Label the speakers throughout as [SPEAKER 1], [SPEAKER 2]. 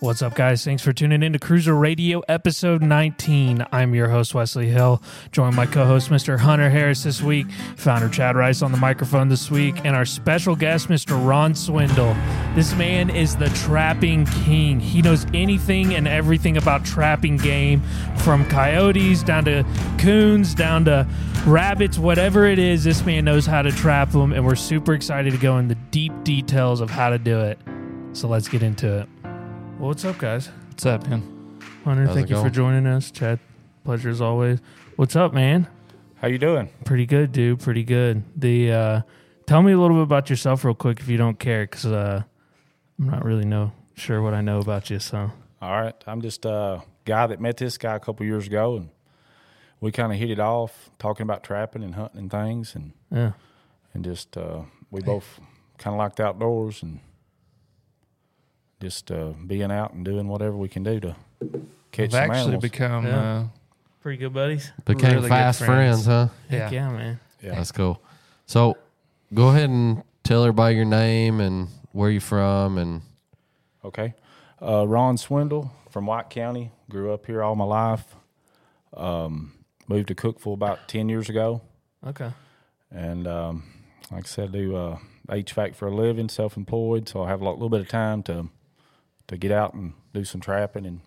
[SPEAKER 1] What's up, guys? Thanks for tuning in to Cruiser Radio episode 19. I'm your host, Wesley Hill, joined by co host, Mr. Hunter Harris, this week, founder Chad Rice on the microphone this week, and our special guest, Mr. Ron Swindle. This man is the trapping king. He knows anything and everything about trapping game from coyotes down to coons, down to rabbits, whatever it is. This man knows how to trap them, and we're super excited to go into deep details of how to do it. So let's get into it. Well, what's up, guys?
[SPEAKER 2] What's up, man?
[SPEAKER 1] Hunter,
[SPEAKER 2] How's
[SPEAKER 1] thank
[SPEAKER 2] it
[SPEAKER 1] you for
[SPEAKER 2] going?
[SPEAKER 1] joining us. Chad, pleasure as always. What's up, man?
[SPEAKER 3] How you doing?
[SPEAKER 1] Pretty good, dude. Pretty good. The uh, tell me a little bit about yourself, real quick, if you don't care, because uh, I'm not really know sure what I know about you. So,
[SPEAKER 3] All right. I'm just a guy that met this guy a couple years ago, and we kind of hit it off talking about trapping and hunting and things, and
[SPEAKER 1] yeah,
[SPEAKER 3] and just uh, we both kind of liked the outdoors and just uh, being out and doing whatever we can do to catch
[SPEAKER 2] We've
[SPEAKER 3] some
[SPEAKER 2] actually
[SPEAKER 3] animals.
[SPEAKER 2] become
[SPEAKER 1] Yeah. pretty good buddies.
[SPEAKER 4] Became
[SPEAKER 2] Really good
[SPEAKER 4] fast
[SPEAKER 2] friends.
[SPEAKER 4] friends. huh?
[SPEAKER 2] uh,
[SPEAKER 1] Yeah,
[SPEAKER 2] yeah.
[SPEAKER 1] yeah, man.
[SPEAKER 3] yeah.
[SPEAKER 4] That's cool. So go ahead and tell everybody your name and where you're from and
[SPEAKER 3] Okay. Uh, Ron Swindle from White County. Grew up here all my life. Um, moved to Cookville about ten years ago.
[SPEAKER 1] Okay,
[SPEAKER 3] And um, like I said, I do uh, HVAC for a living, self-employed, so I have a lot- little bit of time to to get out and do some trapping and,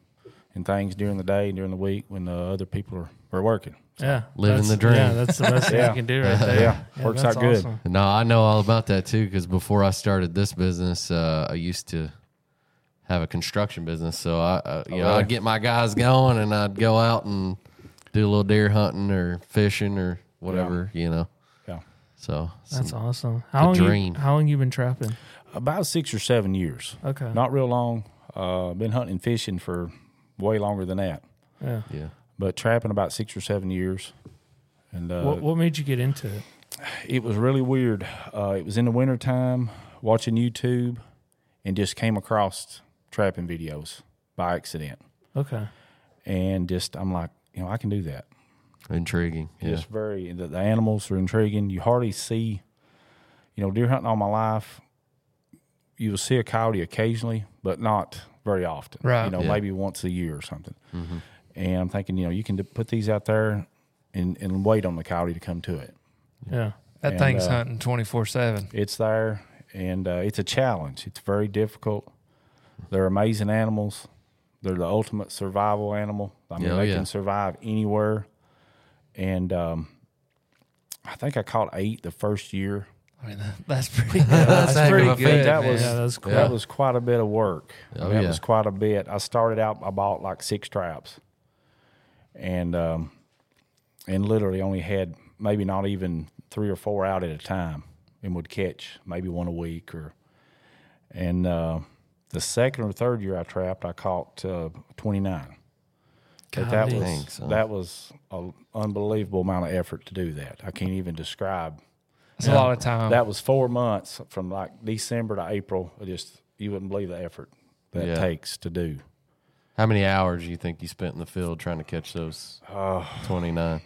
[SPEAKER 3] and things during the day and during the week when uh, other people are, are working.
[SPEAKER 1] yeah,
[SPEAKER 4] Living
[SPEAKER 1] That's-
[SPEAKER 4] the dream.
[SPEAKER 1] Yeah, that's the best thing
[SPEAKER 3] Yeah.
[SPEAKER 1] you can do right there.
[SPEAKER 3] Yeah, works
[SPEAKER 1] that's
[SPEAKER 3] out good.
[SPEAKER 1] awesome.
[SPEAKER 4] no, I know all about that too because before I started this business, uh, I used to have a construction business. So I, uh, you know,
[SPEAKER 3] Oh, really?
[SPEAKER 4] I'd get my guys going and I'd go out and do a little deer hunting or fishing or whatever, you know.
[SPEAKER 3] Yeah,
[SPEAKER 4] So some-
[SPEAKER 1] That's awesome. How long?
[SPEAKER 4] dream.
[SPEAKER 1] You, how long you been trapping?
[SPEAKER 3] about six or seven years,
[SPEAKER 1] Okay,
[SPEAKER 3] not real long. Uh, been hunting and fishing for way longer than that,
[SPEAKER 1] yeah.
[SPEAKER 4] yeah.
[SPEAKER 3] but trapping about six or seven years. And uh,
[SPEAKER 1] what what made you get into it?
[SPEAKER 3] it was really weird. Uh, it was in the wintertime, watching YouTube, and just came across trapping videos by accident.
[SPEAKER 1] Okay,
[SPEAKER 3] and just I'm like, you know, I can do that.
[SPEAKER 4] Intriguing. Yeah.
[SPEAKER 3] It's very the, the animals are intriguing. You hardly see, you know, deer hunting all my life. You will see a coyote occasionally, but not very often.
[SPEAKER 2] Right.
[SPEAKER 3] You know,
[SPEAKER 4] Yeah. Mm-hmm.
[SPEAKER 3] maybe once a year or something. And I'm thinking, you know, you can d- put these out there and, and wait on the coyote to come to it.
[SPEAKER 1] yeah,
[SPEAKER 2] That
[SPEAKER 3] And,
[SPEAKER 2] thing's
[SPEAKER 3] uh,
[SPEAKER 2] hunting twenty four seven.
[SPEAKER 3] It's there, and uh, it's a challenge. It's very difficult. They're amazing animals. They're the ultimate survival animal. I mean,
[SPEAKER 4] Yeah, oh
[SPEAKER 3] they
[SPEAKER 4] yeah.
[SPEAKER 3] can survive anywhere. And um, I think I caught eight the first year.
[SPEAKER 2] I mean, that, that's pretty. Good. that's,
[SPEAKER 4] heck of
[SPEAKER 2] pretty
[SPEAKER 4] a
[SPEAKER 2] good.
[SPEAKER 4] feat.
[SPEAKER 3] that
[SPEAKER 2] man.
[SPEAKER 3] was
[SPEAKER 1] Yeah, that's cool.
[SPEAKER 3] that was quite a bit of work.
[SPEAKER 4] Oh,
[SPEAKER 3] that
[SPEAKER 4] yeah.
[SPEAKER 3] was quite a bit. I started out. I bought like six traps, and um, and literally only had maybe not even three or four out at a time, and would catch maybe one a week or. And uh, the second or third year I trapped, I caught uh, twenty nine. But that
[SPEAKER 1] Golly.
[SPEAKER 3] was
[SPEAKER 4] Thanks, huh?
[SPEAKER 3] that was an unbelievable amount of effort to do that. I can't even describe
[SPEAKER 2] That's a lot of time.
[SPEAKER 3] that was four months from like December to April. I just you wouldn't believe the effort that
[SPEAKER 4] Yeah.
[SPEAKER 3] it takes to do.
[SPEAKER 4] How many hours do you think you spent in the field trying to catch those
[SPEAKER 2] Oh.
[SPEAKER 3] Uh,
[SPEAKER 4] 29?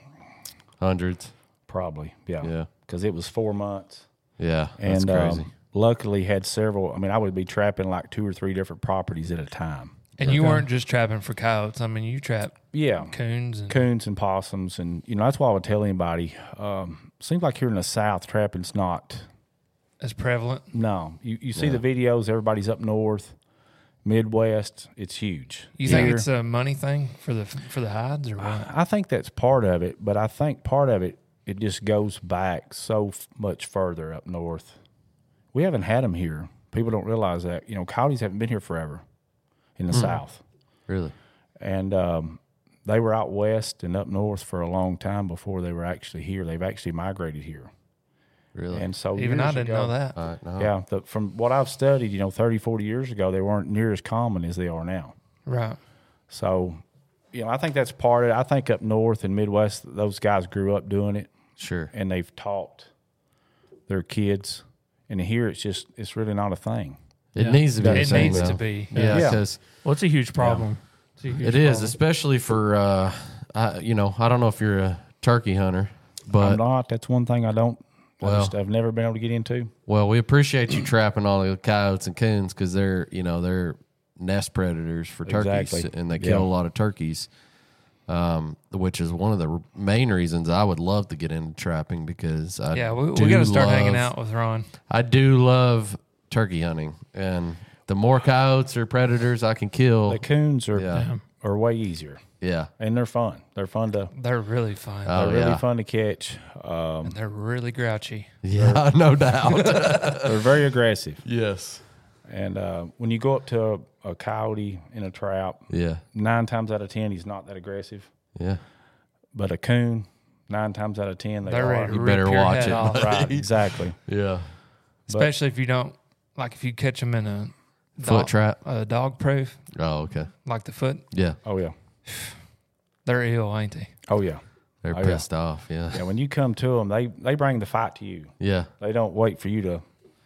[SPEAKER 4] Hundreds.
[SPEAKER 3] probably, yeah,
[SPEAKER 4] Yeah.
[SPEAKER 3] because it was four months,
[SPEAKER 4] Yeah. That's
[SPEAKER 3] and
[SPEAKER 4] crazy.
[SPEAKER 3] um, luckily had several. I mean, I would be trapping like two or three different properties at a time.
[SPEAKER 2] and you weren't just trapping for coyotes. I mean, you trapped
[SPEAKER 3] Yeah,
[SPEAKER 2] coons and
[SPEAKER 3] coons and possums, and you know that's why I would tell anybody. Um, seems like here in the South, trapping's not
[SPEAKER 2] as prevalent.
[SPEAKER 3] no. You you see the videos, everybody's up north, Midwest. It's huge.
[SPEAKER 2] You
[SPEAKER 3] Here-
[SPEAKER 2] think it's a money thing for the for the hides or what?
[SPEAKER 3] I think that's part of it, but I think part of it it just goes back so f- much further up north. We haven't had them here. People don't realize that. You know, coyotes haven't been here forever in the
[SPEAKER 2] Hmm.
[SPEAKER 3] South,
[SPEAKER 4] really?
[SPEAKER 3] and um, they were out west and up north for a long time before they were actually here. They've actually migrated here,
[SPEAKER 4] Really?
[SPEAKER 3] and so
[SPEAKER 2] Even I
[SPEAKER 3] Oh, years
[SPEAKER 2] didn't
[SPEAKER 3] ago-
[SPEAKER 2] know that.
[SPEAKER 4] All right, no.
[SPEAKER 3] Yeah, the, from what I've studied, you know, 30, 40 years ago, they weren't near as common as they are now.
[SPEAKER 2] Right.
[SPEAKER 3] So, you know, I think that's part of it. I think up north and Midwest, those guys grew up doing it
[SPEAKER 4] Sure.
[SPEAKER 3] and they've taught their kids. And here it's just, it's really not a thing.
[SPEAKER 4] It needs to be. the
[SPEAKER 2] It
[SPEAKER 4] same,
[SPEAKER 2] needs
[SPEAKER 4] though.
[SPEAKER 2] to be.
[SPEAKER 4] Yeah,
[SPEAKER 3] Yeah.
[SPEAKER 4] because
[SPEAKER 1] Well, it's a huge problem. It's a huge
[SPEAKER 4] it is,
[SPEAKER 1] problem.
[SPEAKER 4] especially for, uh, I, you know, I don't know if you're a turkey hunter,
[SPEAKER 3] I'm
[SPEAKER 4] but
[SPEAKER 3] not. That's one thing I don't, I
[SPEAKER 4] Well.
[SPEAKER 3] just, I've never been able to get into.
[SPEAKER 4] well, we appreciate you trapping all the coyotes and coons because they're, you know, they're nest predators for turkeys,
[SPEAKER 3] Exactly.
[SPEAKER 4] and they kill
[SPEAKER 3] Yeah.
[SPEAKER 4] a lot of turkeys. Um, which is one of the r- main reasons I would love to get into trapping because I
[SPEAKER 2] Yeah, we,
[SPEAKER 4] do
[SPEAKER 2] we got to start hanging
[SPEAKER 4] love-
[SPEAKER 2] out with Ron.
[SPEAKER 4] I do love turkey hunting, and the more coyotes or predators I can kill,
[SPEAKER 3] The coons are
[SPEAKER 4] Yeah.
[SPEAKER 3] are way easier,
[SPEAKER 4] yeah,
[SPEAKER 3] and they're fun. They're fun to.
[SPEAKER 2] They're really fun.
[SPEAKER 4] Oh,
[SPEAKER 3] they're really
[SPEAKER 4] yeah.
[SPEAKER 3] fun to catch. Um,
[SPEAKER 2] and they're really grouchy.
[SPEAKER 4] yeah, no doubt.
[SPEAKER 3] they're very aggressive,
[SPEAKER 4] yes,
[SPEAKER 3] and uh, when you go up to a, a coyote in a trap,
[SPEAKER 4] yeah,
[SPEAKER 3] nine times out of ten he's not that aggressive,
[SPEAKER 4] yeah.
[SPEAKER 3] but a coon, nine times out of ten they
[SPEAKER 2] They're
[SPEAKER 3] are.
[SPEAKER 2] ready to
[SPEAKER 4] You
[SPEAKER 2] rip
[SPEAKER 4] better
[SPEAKER 2] your
[SPEAKER 4] watch
[SPEAKER 2] head
[SPEAKER 4] it.
[SPEAKER 2] off.
[SPEAKER 3] Right, exactly.
[SPEAKER 4] Yeah.
[SPEAKER 2] Especially if you don't like if you catch them in a
[SPEAKER 4] Foot
[SPEAKER 2] dog,
[SPEAKER 4] trap.
[SPEAKER 2] a dog proof
[SPEAKER 4] Oh, okay.
[SPEAKER 2] like the foot.
[SPEAKER 4] Yeah.
[SPEAKER 3] Oh yeah.
[SPEAKER 2] They're ill, ain't they?
[SPEAKER 3] Oh yeah.
[SPEAKER 4] They're
[SPEAKER 3] Oh, yeah.
[SPEAKER 4] pissed off. Yeah.
[SPEAKER 3] Yeah. When you come to them, they they bring the fight to you.
[SPEAKER 4] Yeah.
[SPEAKER 3] They don't wait for you to.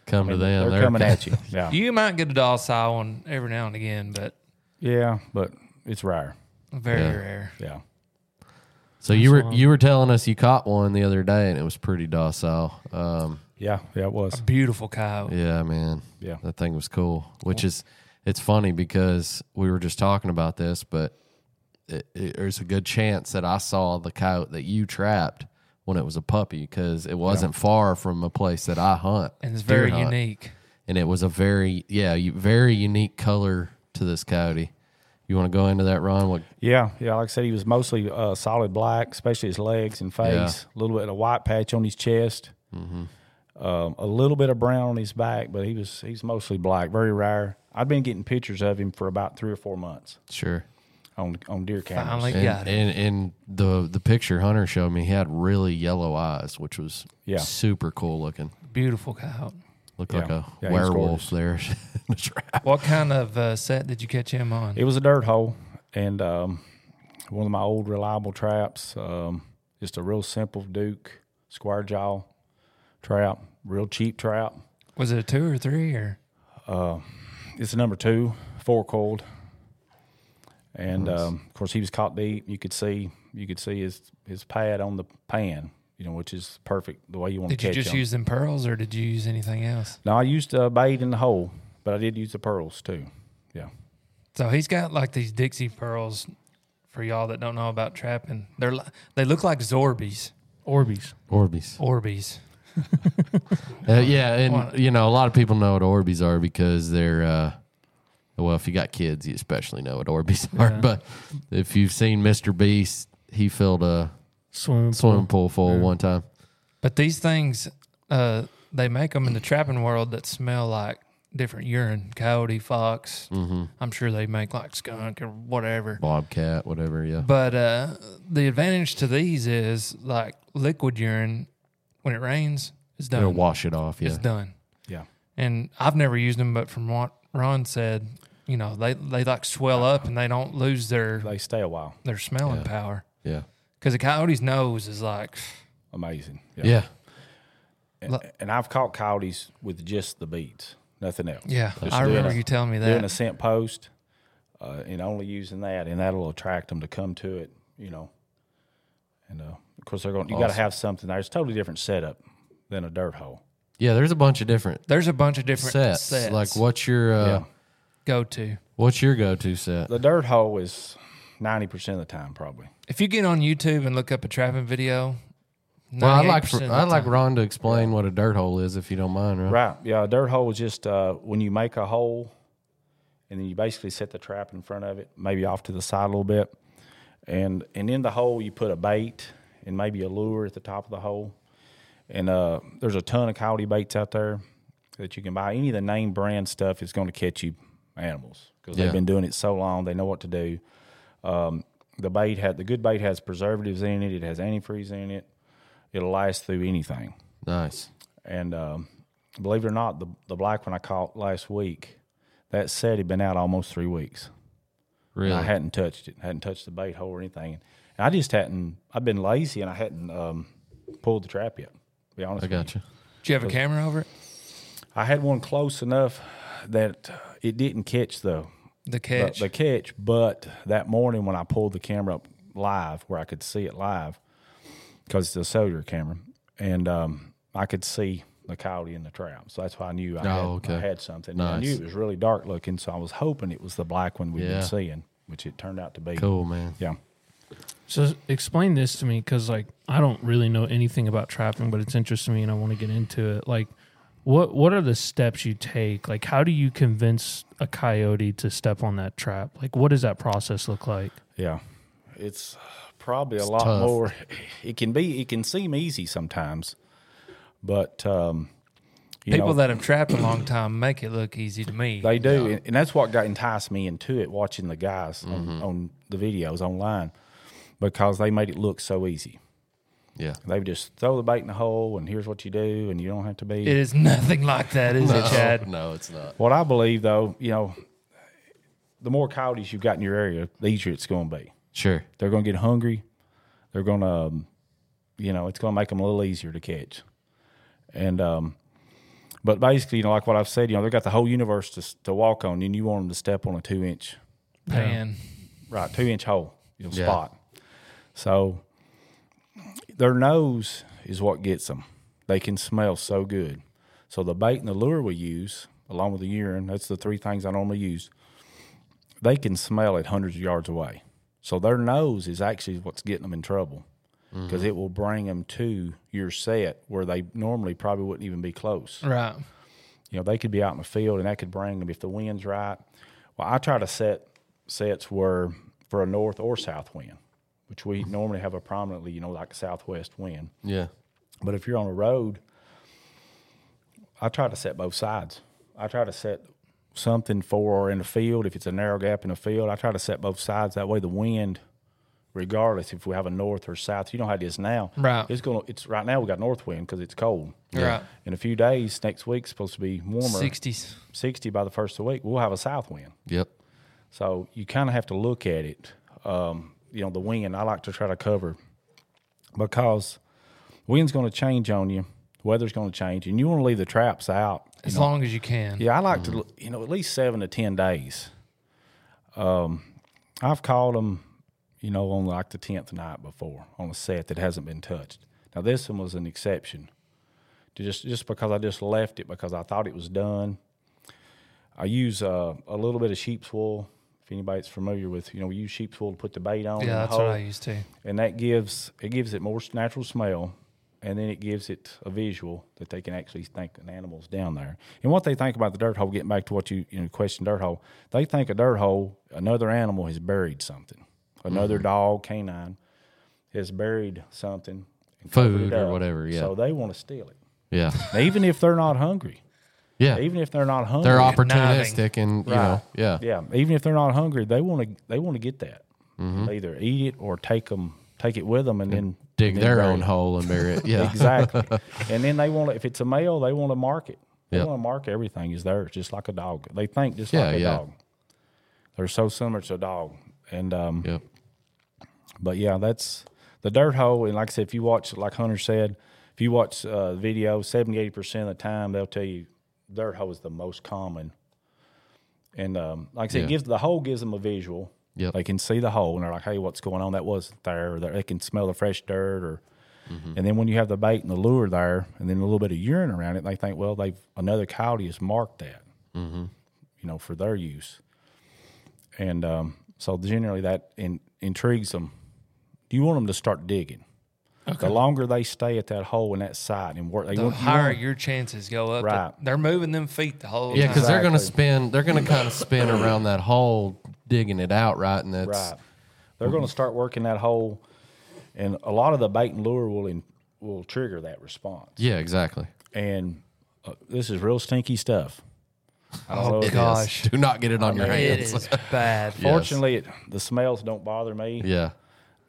[SPEAKER 4] Come to
[SPEAKER 3] they're,
[SPEAKER 4] them.
[SPEAKER 3] coming at you. Yeah.
[SPEAKER 2] You might get a docile one every now and again, but
[SPEAKER 3] Yeah, but it's rare.
[SPEAKER 2] very
[SPEAKER 4] Yeah.
[SPEAKER 2] rare.
[SPEAKER 3] Yeah.
[SPEAKER 4] So you were
[SPEAKER 2] wild.
[SPEAKER 4] you were telling us you caught one the other day and it was pretty docile. Um,
[SPEAKER 3] Yeah. Yeah. It was.
[SPEAKER 2] Beautiful coyote.
[SPEAKER 4] yeah, man.
[SPEAKER 3] Yeah.
[SPEAKER 4] That thing was cool. Which is it's funny because we were just talking about this, but it, it, there's a good chance that I saw the coyote that you trapped when it was a puppy because it wasn't far from a place that I hunt.
[SPEAKER 2] And it's
[SPEAKER 4] deer
[SPEAKER 2] very
[SPEAKER 4] hunt.
[SPEAKER 2] unique.
[SPEAKER 4] and it was a very yeah you- very unique color to this coyote. You want to go into that, Ron? What?
[SPEAKER 3] Yeah. Yeah. Like I said, he was mostly uh, solid black, especially his legs and face. A little bit of white patch on his chest.
[SPEAKER 4] Mm-hmm.
[SPEAKER 3] Um, a little bit of brown on his back, but he was he's mostly black. Very rare. I've been getting pictures of him for about three or four months
[SPEAKER 4] Sure.
[SPEAKER 3] on on deer cameras.
[SPEAKER 2] Finally
[SPEAKER 4] And,
[SPEAKER 2] got it.
[SPEAKER 4] and and the the picture Hunter showed me, he had really yellow eyes, which was
[SPEAKER 3] Yeah.
[SPEAKER 4] super cool looking.
[SPEAKER 2] Beautiful coyote.
[SPEAKER 4] Looked
[SPEAKER 3] Yeah.
[SPEAKER 4] like a
[SPEAKER 3] Yeah, he's
[SPEAKER 4] werewolf there. in the trap.
[SPEAKER 2] What kind of uh, set did you catch him on?
[SPEAKER 3] It was a dirt hole and um, one of my old reliable traps. Um, just a real simple Duke square jaw trap, real cheap trap. Uh,
[SPEAKER 2] Was it a two or three or?
[SPEAKER 3] It's a number two, four coiled. And um, of course, he was caught deep. You could see, you could see his his pad on the pan, you know, which is perfect the way you want
[SPEAKER 2] Did
[SPEAKER 3] to
[SPEAKER 2] you
[SPEAKER 3] catch
[SPEAKER 2] just
[SPEAKER 3] him.
[SPEAKER 2] use them pearls or did you use anything else?
[SPEAKER 3] no, I used uh, bait in the hole, but I did use the pearls too. Yeah,
[SPEAKER 2] So he's got like these Dixie pearls for y'all that don't know about trapping. They're li- they look like Zorbies.
[SPEAKER 1] Orbeez.
[SPEAKER 4] Orbeez.
[SPEAKER 2] Orbeez.
[SPEAKER 4] Uh, yeah,
[SPEAKER 2] What?
[SPEAKER 4] and you know a lot of people know what Orbeez are because they're. Uh, well, if you got kids, you especially know what Orbeez are.
[SPEAKER 2] Yeah.
[SPEAKER 4] But if you've seen Mr. Beast, he filled a
[SPEAKER 1] Swimming.
[SPEAKER 4] swimming
[SPEAKER 1] pool.
[SPEAKER 4] pool full
[SPEAKER 1] Yeah.
[SPEAKER 4] one time.
[SPEAKER 2] But these things, uh, they make them in the trapping world that smell like different urine. Coyote, fox.
[SPEAKER 4] hmm
[SPEAKER 2] I'm sure they make like skunk or whatever.
[SPEAKER 4] Bobcat, whatever. Yeah.
[SPEAKER 2] But uh, the advantage to these is like liquid urine, when it rains, it's done.
[SPEAKER 4] It'll wash it off. Yeah.
[SPEAKER 2] It's done.
[SPEAKER 3] yeah,
[SPEAKER 2] And I've never used them, but from what Ron said, you know, they, they like swell up and they don't lose their
[SPEAKER 3] they stay a while.
[SPEAKER 2] their smelling
[SPEAKER 4] Yeah.
[SPEAKER 2] power.
[SPEAKER 4] Yeah.
[SPEAKER 2] Because a coyote's nose is like,
[SPEAKER 3] Amazing.
[SPEAKER 4] Yeah.
[SPEAKER 3] And, and I've caught coyotes with just the beads, nothing else.
[SPEAKER 2] yeah,
[SPEAKER 3] Just
[SPEAKER 2] I
[SPEAKER 3] doing
[SPEAKER 2] remember
[SPEAKER 3] a-
[SPEAKER 2] you telling me
[SPEAKER 3] doing a
[SPEAKER 2] that.
[SPEAKER 3] scent post uh, and only using that, and that'll attract them to come to it, you know. And uh, of course, they're going. You got to
[SPEAKER 4] Awesome.
[SPEAKER 3] have something there. It's a totally different setup than a dirt hole.
[SPEAKER 4] Yeah. There's a bunch of different
[SPEAKER 2] There's a bunch of different
[SPEAKER 4] sets.
[SPEAKER 2] sets,
[SPEAKER 4] Like what's your uh,
[SPEAKER 3] Yeah.
[SPEAKER 2] go to.
[SPEAKER 4] what's your go to set?
[SPEAKER 3] The dirt hole is ninety percent of the time probably.
[SPEAKER 2] If you get on YouTube and look up a trapping video,
[SPEAKER 4] Well, I'd like
[SPEAKER 2] 98%
[SPEAKER 4] for,
[SPEAKER 2] of the
[SPEAKER 4] I'd like
[SPEAKER 2] time-
[SPEAKER 4] Ron to explain what a dirt hole is if you don't mind, right?
[SPEAKER 3] Right? Yeah. A dirt hole is just uh, when you make a hole, and then you basically set the trap in front of it, maybe off to the side a little bit, and and in the hole you put a bait and maybe a lure at the top of the hole. And uh, there's a ton of coyote baits out there that you can buy. Any of the name brand stuff is going to catch you animals because
[SPEAKER 4] Yeah.
[SPEAKER 3] they've been doing it so long. They know what to do. Um, the bait had the good bait has preservatives in it. It has antifreeze in it. It'll last through anything.
[SPEAKER 4] Nice.
[SPEAKER 3] And um, believe it or not, the the black one I caught last week, that set had been out almost three weeks. And
[SPEAKER 4] Really.
[SPEAKER 3] I hadn't touched it. hadn't touched the bait hole or anything. And I just hadn't. I've been lazy and I hadn't um, pulled the trap yet. To be honest,
[SPEAKER 4] I
[SPEAKER 3] with you.
[SPEAKER 4] got you.
[SPEAKER 2] Do you have a camera over it?
[SPEAKER 3] I had one close enough that it didn't catch the
[SPEAKER 2] The
[SPEAKER 3] the,
[SPEAKER 2] catch.
[SPEAKER 3] the catch. But that morning when I pulled the camera up live, where I could see it live, because it's a cellular camera, and um, I could see the coyote in the trap. So that's why I knew I, had,
[SPEAKER 4] Oh, okay.
[SPEAKER 3] I had something. And I knew
[SPEAKER 4] Nice.
[SPEAKER 3] it was really dark looking, so I was hoping it was the black one we've
[SPEAKER 4] Yeah.
[SPEAKER 3] been seeing, which it turned out to be.
[SPEAKER 4] Cool, man.
[SPEAKER 3] Yeah.
[SPEAKER 1] So explain this to me, because like I don't really know anything about trapping, but it's interesting to me, and I want to get into it. Like, what what are the steps you take? Like, how do you convince a coyote to step on that trap? Like, what does that process look like?
[SPEAKER 3] Yeah. It's probably a lot
[SPEAKER 4] tough.
[SPEAKER 3] more it can be it can seem easy sometimes. But um you
[SPEAKER 2] People
[SPEAKER 3] know,
[SPEAKER 2] that have trapped a long time make it look easy to me.
[SPEAKER 3] They do, and, and that's what got enticed me into it. Watching the guys on, on the videos online because they made it look so easy.
[SPEAKER 4] Yeah.
[SPEAKER 3] They would just throw the bait in the hole, and here's what you do, and you don't have to be.
[SPEAKER 2] it is nothing like that, is it, Chad?
[SPEAKER 4] Oh, No, it's not.
[SPEAKER 3] What I believe, though, you know, the more coyotes you've got in your area, the easier it's going to be.
[SPEAKER 4] Sure.
[SPEAKER 3] They're going to get hungry. They're going to, um, you know, it's going to make them a little easier to catch. And, um, but basically, you know, like what I've said, you know, they've got the whole universe to, s- to walk on, and you want them to step on a two inch
[SPEAKER 2] Pan.
[SPEAKER 3] right two inch hole you know,
[SPEAKER 4] Yeah.
[SPEAKER 3] spot so their nose is what gets them they can smell so good so the bait and the lure we use along with the urine that's the three things i normally use they can smell it hundreds of yards away so their nose is actually what's getting them in trouble because it will bring them to your set where they normally probably wouldn't even be close
[SPEAKER 2] Right.
[SPEAKER 3] you know, they could be out in the field and that could bring them if the wind's right. Well, I try to set sets where for a north or south wind, which we normally have a prominently, you know, like southwest wind.
[SPEAKER 4] Yeah.
[SPEAKER 3] But if you're on a road, I try to set both sides. I try to set something for or in the field. If it's a narrow gap in the field, I try to set both sides. That way, the wind, regardless if we have a north or south, you know how it is now.
[SPEAKER 2] Right.
[SPEAKER 3] It's gonna. It's right now. We got north wind because it's cold.
[SPEAKER 2] Right.
[SPEAKER 3] In a few days, next week's supposed to be warmer.
[SPEAKER 2] 60s.
[SPEAKER 3] 60 by the first of the week, we'll have a south wind.
[SPEAKER 4] Yep.
[SPEAKER 3] So you kind of have to look at it. Um, you know, the wind, I like to try to cover because wind's going to change on you, weather's going to change, and you want to leave the traps out.
[SPEAKER 2] As long as you can.
[SPEAKER 3] Yeah, I like to, you know, at least seven to 10 days. Um, I've called them, you know, on like the 10th night before on a set that hasn't been touched. Now, this one was an exception to just, just because I just left it because I thought it was done. I use uh, a little bit of sheep's wool. If anybody's familiar with, you know, we use sheep's wool to put the bait on. in the
[SPEAKER 2] Yeah, that's
[SPEAKER 3] hole
[SPEAKER 2] what I used to.
[SPEAKER 3] and that gives it gives it more s- natural smell and then it gives it a visual that they can actually think an animal's down there. And what they think about the dirt hole, getting back to what you you know, question dirt hole, they think a dirt hole, another animal has buried something. Another
[SPEAKER 4] Mm-hmm.
[SPEAKER 3] dog, canine, has buried something. and covered
[SPEAKER 4] Food
[SPEAKER 3] it
[SPEAKER 4] or
[SPEAKER 3] up.
[SPEAKER 4] whatever, yeah.
[SPEAKER 3] So they want to steal it.
[SPEAKER 4] Yeah.
[SPEAKER 3] Now, even if they're not hungry.
[SPEAKER 4] Yeah.
[SPEAKER 3] Even if they're not hungry.
[SPEAKER 4] They're opportunistic and, you know,
[SPEAKER 3] Right.
[SPEAKER 4] yeah.
[SPEAKER 3] Yeah, even if they're not hungry, they want to they want to get that.
[SPEAKER 4] Mm-hmm.
[SPEAKER 3] They either eat it or take them take it with them and then
[SPEAKER 4] Dig
[SPEAKER 3] and then
[SPEAKER 4] their
[SPEAKER 3] bury
[SPEAKER 4] own
[SPEAKER 3] it.
[SPEAKER 4] hole and bury it. Yeah.
[SPEAKER 3] Exactly. and then they want to, if it's a male, they want to mark it. They
[SPEAKER 4] Yep.
[SPEAKER 3] want to mark everything is theirs, just like a dog. They think just
[SPEAKER 4] Yeah,
[SPEAKER 3] like a
[SPEAKER 4] yeah.
[SPEAKER 3] dog. They're so similar to a dog. And, um,
[SPEAKER 4] Yep.
[SPEAKER 3] but yeah, that's the dirt hole. And like I said, if you watch, like Hunter said, if you watch uh, video, 70, 80% of the time, they'll tell you dirt hole is the most common. And um, like I said, it
[SPEAKER 4] Yeah.
[SPEAKER 3] gives the hole gives them a visual.
[SPEAKER 4] Yep.
[SPEAKER 3] They can see the hole and they're like, hey, what's going on? That wasn't there. Or they can smell the fresh dirt. or
[SPEAKER 4] Mm-hmm.
[SPEAKER 3] And then when you have the bait and the lure there and then a little bit of urine around it, they think, well, they've another coyote has marked that,
[SPEAKER 4] Mm-hmm.
[SPEAKER 3] you know, for their use. And um, so generally that in, intrigues them you want them to start digging. The longer they stay at that hole in that site and work, they
[SPEAKER 2] The
[SPEAKER 3] want, you
[SPEAKER 2] higher
[SPEAKER 3] want-
[SPEAKER 2] your chances go up.
[SPEAKER 3] Right.
[SPEAKER 2] They're moving them feet the whole
[SPEAKER 4] Yeah,
[SPEAKER 2] time.
[SPEAKER 4] because they're going to
[SPEAKER 3] Exactly.
[SPEAKER 4] spin. They're going to kind of spin around that hole, digging it out, right? And that's
[SPEAKER 3] right. They're going to start working that hole, and a lot of the bait and lure will in, will trigger that response.
[SPEAKER 4] yeah, exactly.
[SPEAKER 3] And uh, this is real stinky stuff. I don't know
[SPEAKER 2] Oh,
[SPEAKER 3] if-
[SPEAKER 2] gosh.
[SPEAKER 4] Do not get it on your
[SPEAKER 2] It
[SPEAKER 4] hands.
[SPEAKER 2] is bad.
[SPEAKER 4] yes.
[SPEAKER 3] Fortunately, it, the smells don't bother me.
[SPEAKER 4] Yeah,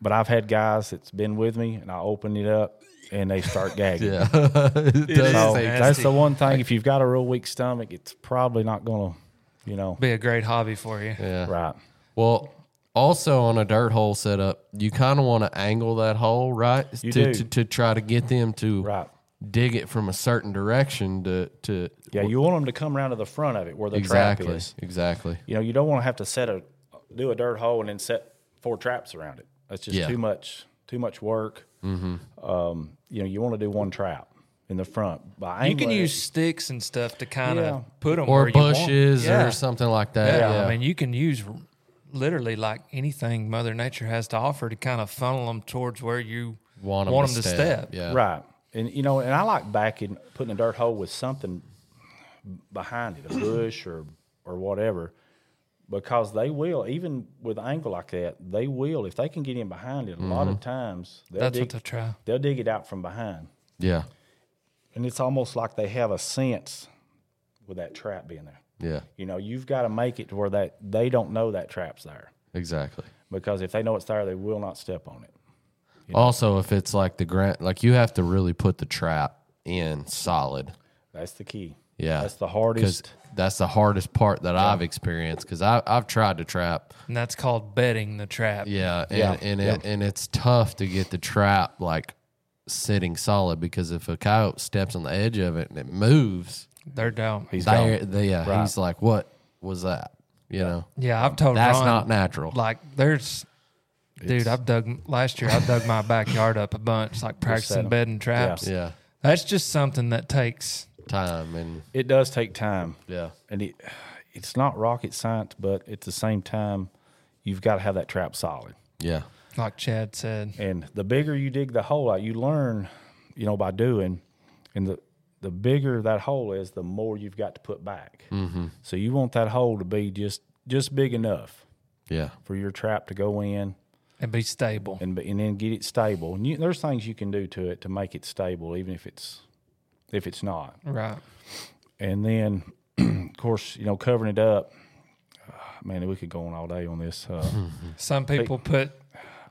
[SPEAKER 3] But I've had guys that's been with me, and I open it up, and they start gagging.
[SPEAKER 4] yeah. it does
[SPEAKER 3] So
[SPEAKER 4] take-
[SPEAKER 3] that's the one thing. If you've got a real weak stomach, it's probably not going to, you know,
[SPEAKER 2] Be a great hobby for you.
[SPEAKER 4] yeah.
[SPEAKER 3] right.
[SPEAKER 4] Well, also on a dirt hole setup, you kind of want to angle that hole, right?
[SPEAKER 3] You
[SPEAKER 4] to,
[SPEAKER 3] do.
[SPEAKER 4] to to try to get them to
[SPEAKER 3] Right.
[SPEAKER 4] dig it from a certain direction to to
[SPEAKER 3] Yeah, you want them to come around to the front of it where the trap
[SPEAKER 4] exactly
[SPEAKER 3] is.
[SPEAKER 4] exactly.
[SPEAKER 3] You know, you don't want to have to set a do a dirt hole and then set four traps around it. That's just
[SPEAKER 4] Yeah.
[SPEAKER 3] too much too much work. Um, you know, you want to do one trap. in the front. By
[SPEAKER 2] You can
[SPEAKER 3] angling it-
[SPEAKER 2] use sticks and stuff to kind of
[SPEAKER 3] Yeah.
[SPEAKER 2] 'em put them
[SPEAKER 4] or
[SPEAKER 2] where you want.
[SPEAKER 4] bushes
[SPEAKER 2] Yeah.
[SPEAKER 4] or something like that.
[SPEAKER 2] Yeah,
[SPEAKER 4] Yeah,
[SPEAKER 2] I mean, you can use r- literally like anything Mother Nature has to offer to kind of funnel them towards where you want
[SPEAKER 4] 'em
[SPEAKER 2] them, to step.
[SPEAKER 4] Yeah,
[SPEAKER 3] right, and you know, and I like backing, putting a dirt hole with something behind it, a bush or or whatever, because they will, even with an angle like that, they will if they can get in behind it. A lot of times they'll
[SPEAKER 2] Mm-hmm. That's
[SPEAKER 3] dig,
[SPEAKER 2] what they'll try.
[SPEAKER 3] they'll dig it out from behind.
[SPEAKER 4] yeah,
[SPEAKER 3] and it's almost like they have a sense with that trap being there.
[SPEAKER 4] yeah.
[SPEAKER 3] You know, you've got to make it to where that they don't know that trap's there
[SPEAKER 4] Exactly.
[SPEAKER 3] because if they know it's there, they will not step on it.
[SPEAKER 4] Also, if it's like the grant, like you have to really put the trap in solid.
[SPEAKER 3] That's the key.
[SPEAKER 4] Yeah,
[SPEAKER 3] that's the
[SPEAKER 4] because
[SPEAKER 3] hardest.
[SPEAKER 4] that's the hardest part that I've experienced because I I've tried to trap.
[SPEAKER 2] And that's called bedding the trap.
[SPEAKER 4] Yeah, and
[SPEAKER 3] Yeah,
[SPEAKER 4] and it, and it's tough to get the trap like sitting solid because if a coyote steps on the edge of it and it moves,
[SPEAKER 2] They're down.
[SPEAKER 3] He's
[SPEAKER 4] there,
[SPEAKER 3] gone.
[SPEAKER 4] they, yeah,
[SPEAKER 3] Right.
[SPEAKER 4] he's like, "What was that?" You know,
[SPEAKER 2] Yeah, I've told
[SPEAKER 4] that's
[SPEAKER 2] Ron,
[SPEAKER 4] not natural.
[SPEAKER 2] Like, there's, dude, I've dug, last year I dug my backyard up a bunch, like practicing
[SPEAKER 3] 'em.
[SPEAKER 2] bedding traps.
[SPEAKER 4] yeah,
[SPEAKER 2] That's just something that takes,
[SPEAKER 4] time and
[SPEAKER 3] It does take time,
[SPEAKER 4] yeah,
[SPEAKER 3] and it it's not rocket science, but at the same time, you've got to have that trap solid.
[SPEAKER 4] yeah,
[SPEAKER 2] like Chad said,
[SPEAKER 3] And the bigger you dig the hole out, you learn, you know, by doing, and the the bigger that hole is, the more you've got to put back. Mm-hmm. So you want that hole to be just just big enough
[SPEAKER 4] yeah,
[SPEAKER 3] for your trap to go in
[SPEAKER 2] and be stable.
[SPEAKER 3] and and then get it stable. And you, there's things you can do to it to make it stable, even if it's if it's not.
[SPEAKER 2] Right.
[SPEAKER 3] And then, of course, you know, covering it up. ah, Man, we could go on all day on this. Uh,
[SPEAKER 2] Some people put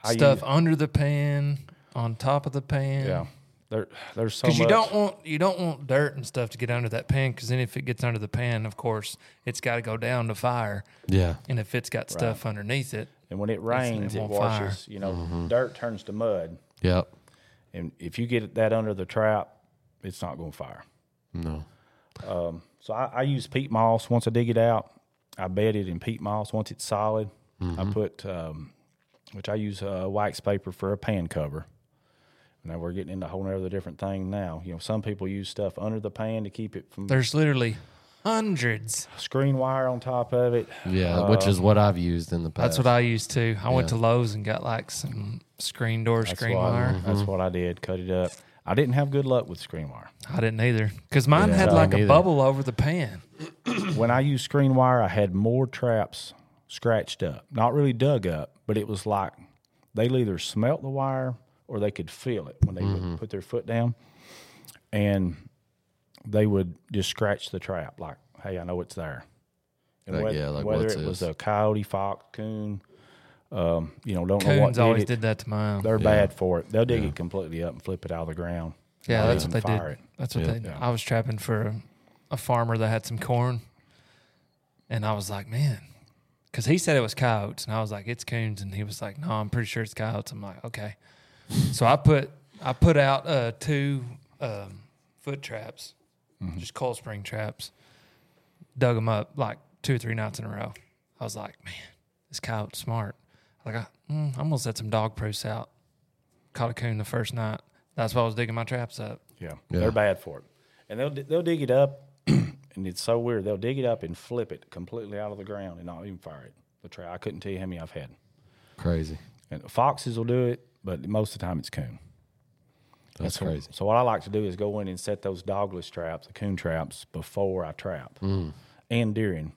[SPEAKER 3] I
[SPEAKER 2] stuff
[SPEAKER 3] use-
[SPEAKER 2] under the pan, on top of the pan.
[SPEAKER 3] yeah, there, there's so much.
[SPEAKER 2] because you don't want you don't want dirt and stuff to get under that pan because then if it gets under the pan of course it's got to go down to fire
[SPEAKER 4] yeah,
[SPEAKER 2] and if it's got stuff underneath it
[SPEAKER 3] And when it rains,
[SPEAKER 2] it
[SPEAKER 3] it
[SPEAKER 2] won't fire.
[SPEAKER 3] washes. You know, dirt turns to mud,
[SPEAKER 4] yep.
[SPEAKER 3] and if you get that under the trap, it's not going to fire.
[SPEAKER 4] No,
[SPEAKER 3] So I, I use peat moss. Once I dig it out, I bed it in peat moss. Once it's solid, I put, um, which I use uh, wax paper for a pan cover. Now we're getting into a whole other different thing now. You know, some people use stuff under the pan to keep it from
[SPEAKER 2] there's literally hundreds
[SPEAKER 3] screen wire on top of it.
[SPEAKER 4] yeah, which is what I've used in the past.
[SPEAKER 2] that's what i used to i went to lowes and got like some screen door screen
[SPEAKER 3] what I-
[SPEAKER 2] wire Mm-hmm.
[SPEAKER 3] That's what I did. Cut it up. I didn't have good luck with screen wire.
[SPEAKER 2] i didn't either because mine
[SPEAKER 4] Yeah.
[SPEAKER 2] had
[SPEAKER 4] No,
[SPEAKER 2] like a
[SPEAKER 4] neither.
[SPEAKER 2] bubble over the pan
[SPEAKER 3] when I used screen wire, I had more traps scratched up, not really dug up, but it was like they either smelt the wire or they could feel it when they
[SPEAKER 2] Mm-hmm.
[SPEAKER 3] would put their foot down, and they would just scratch the trap like, "Hey, I know it's there." And
[SPEAKER 4] Like,
[SPEAKER 3] whether,
[SPEAKER 4] yeah, like,
[SPEAKER 3] whether
[SPEAKER 4] what's
[SPEAKER 3] it was
[SPEAKER 4] this?
[SPEAKER 3] a coyote, fox, coon, um, you know, don't know what
[SPEAKER 2] coons
[SPEAKER 3] did
[SPEAKER 2] always
[SPEAKER 3] it.
[SPEAKER 2] did that to mine
[SPEAKER 3] They're bad for it. They'll dig it completely up and flip it out of the ground.
[SPEAKER 2] yeah
[SPEAKER 3] Not
[SPEAKER 2] that's
[SPEAKER 3] even
[SPEAKER 2] what they did
[SPEAKER 3] fire it.
[SPEAKER 2] that's what
[SPEAKER 4] Yeah.
[SPEAKER 2] they i was trapping for a, a farmer that had some corn and i was like man because he said it was coyotes, and I was like, "It's coons," and he was like, "No, I'm pretty sure it's coyotes." I'm like, "Okay," so I put I put out uh, two um, foot traps, just cold spring traps, dug them up like two or three nights in a row. I was like, "Man, this coyote's smart." Like, I, mm, I'm gonna set some dog proofs out. Caught a coon the first night. That's why I was digging my traps up.
[SPEAKER 3] Yeah,
[SPEAKER 4] Yeah.
[SPEAKER 3] they're bad for it, and they'll they'll dig it up, and it's so weird. They'll dig it up and flip it completely out of the ground and not even fire it. The try I couldn't tell you how many I've had.
[SPEAKER 4] crazy.
[SPEAKER 3] And foxes will do it, but most of the time it's coon.
[SPEAKER 4] That's
[SPEAKER 3] So-
[SPEAKER 4] crazy.
[SPEAKER 3] So what I like to do is go in and set those dogless traps, the coon traps, before I trap,
[SPEAKER 4] Mm.
[SPEAKER 3] and during.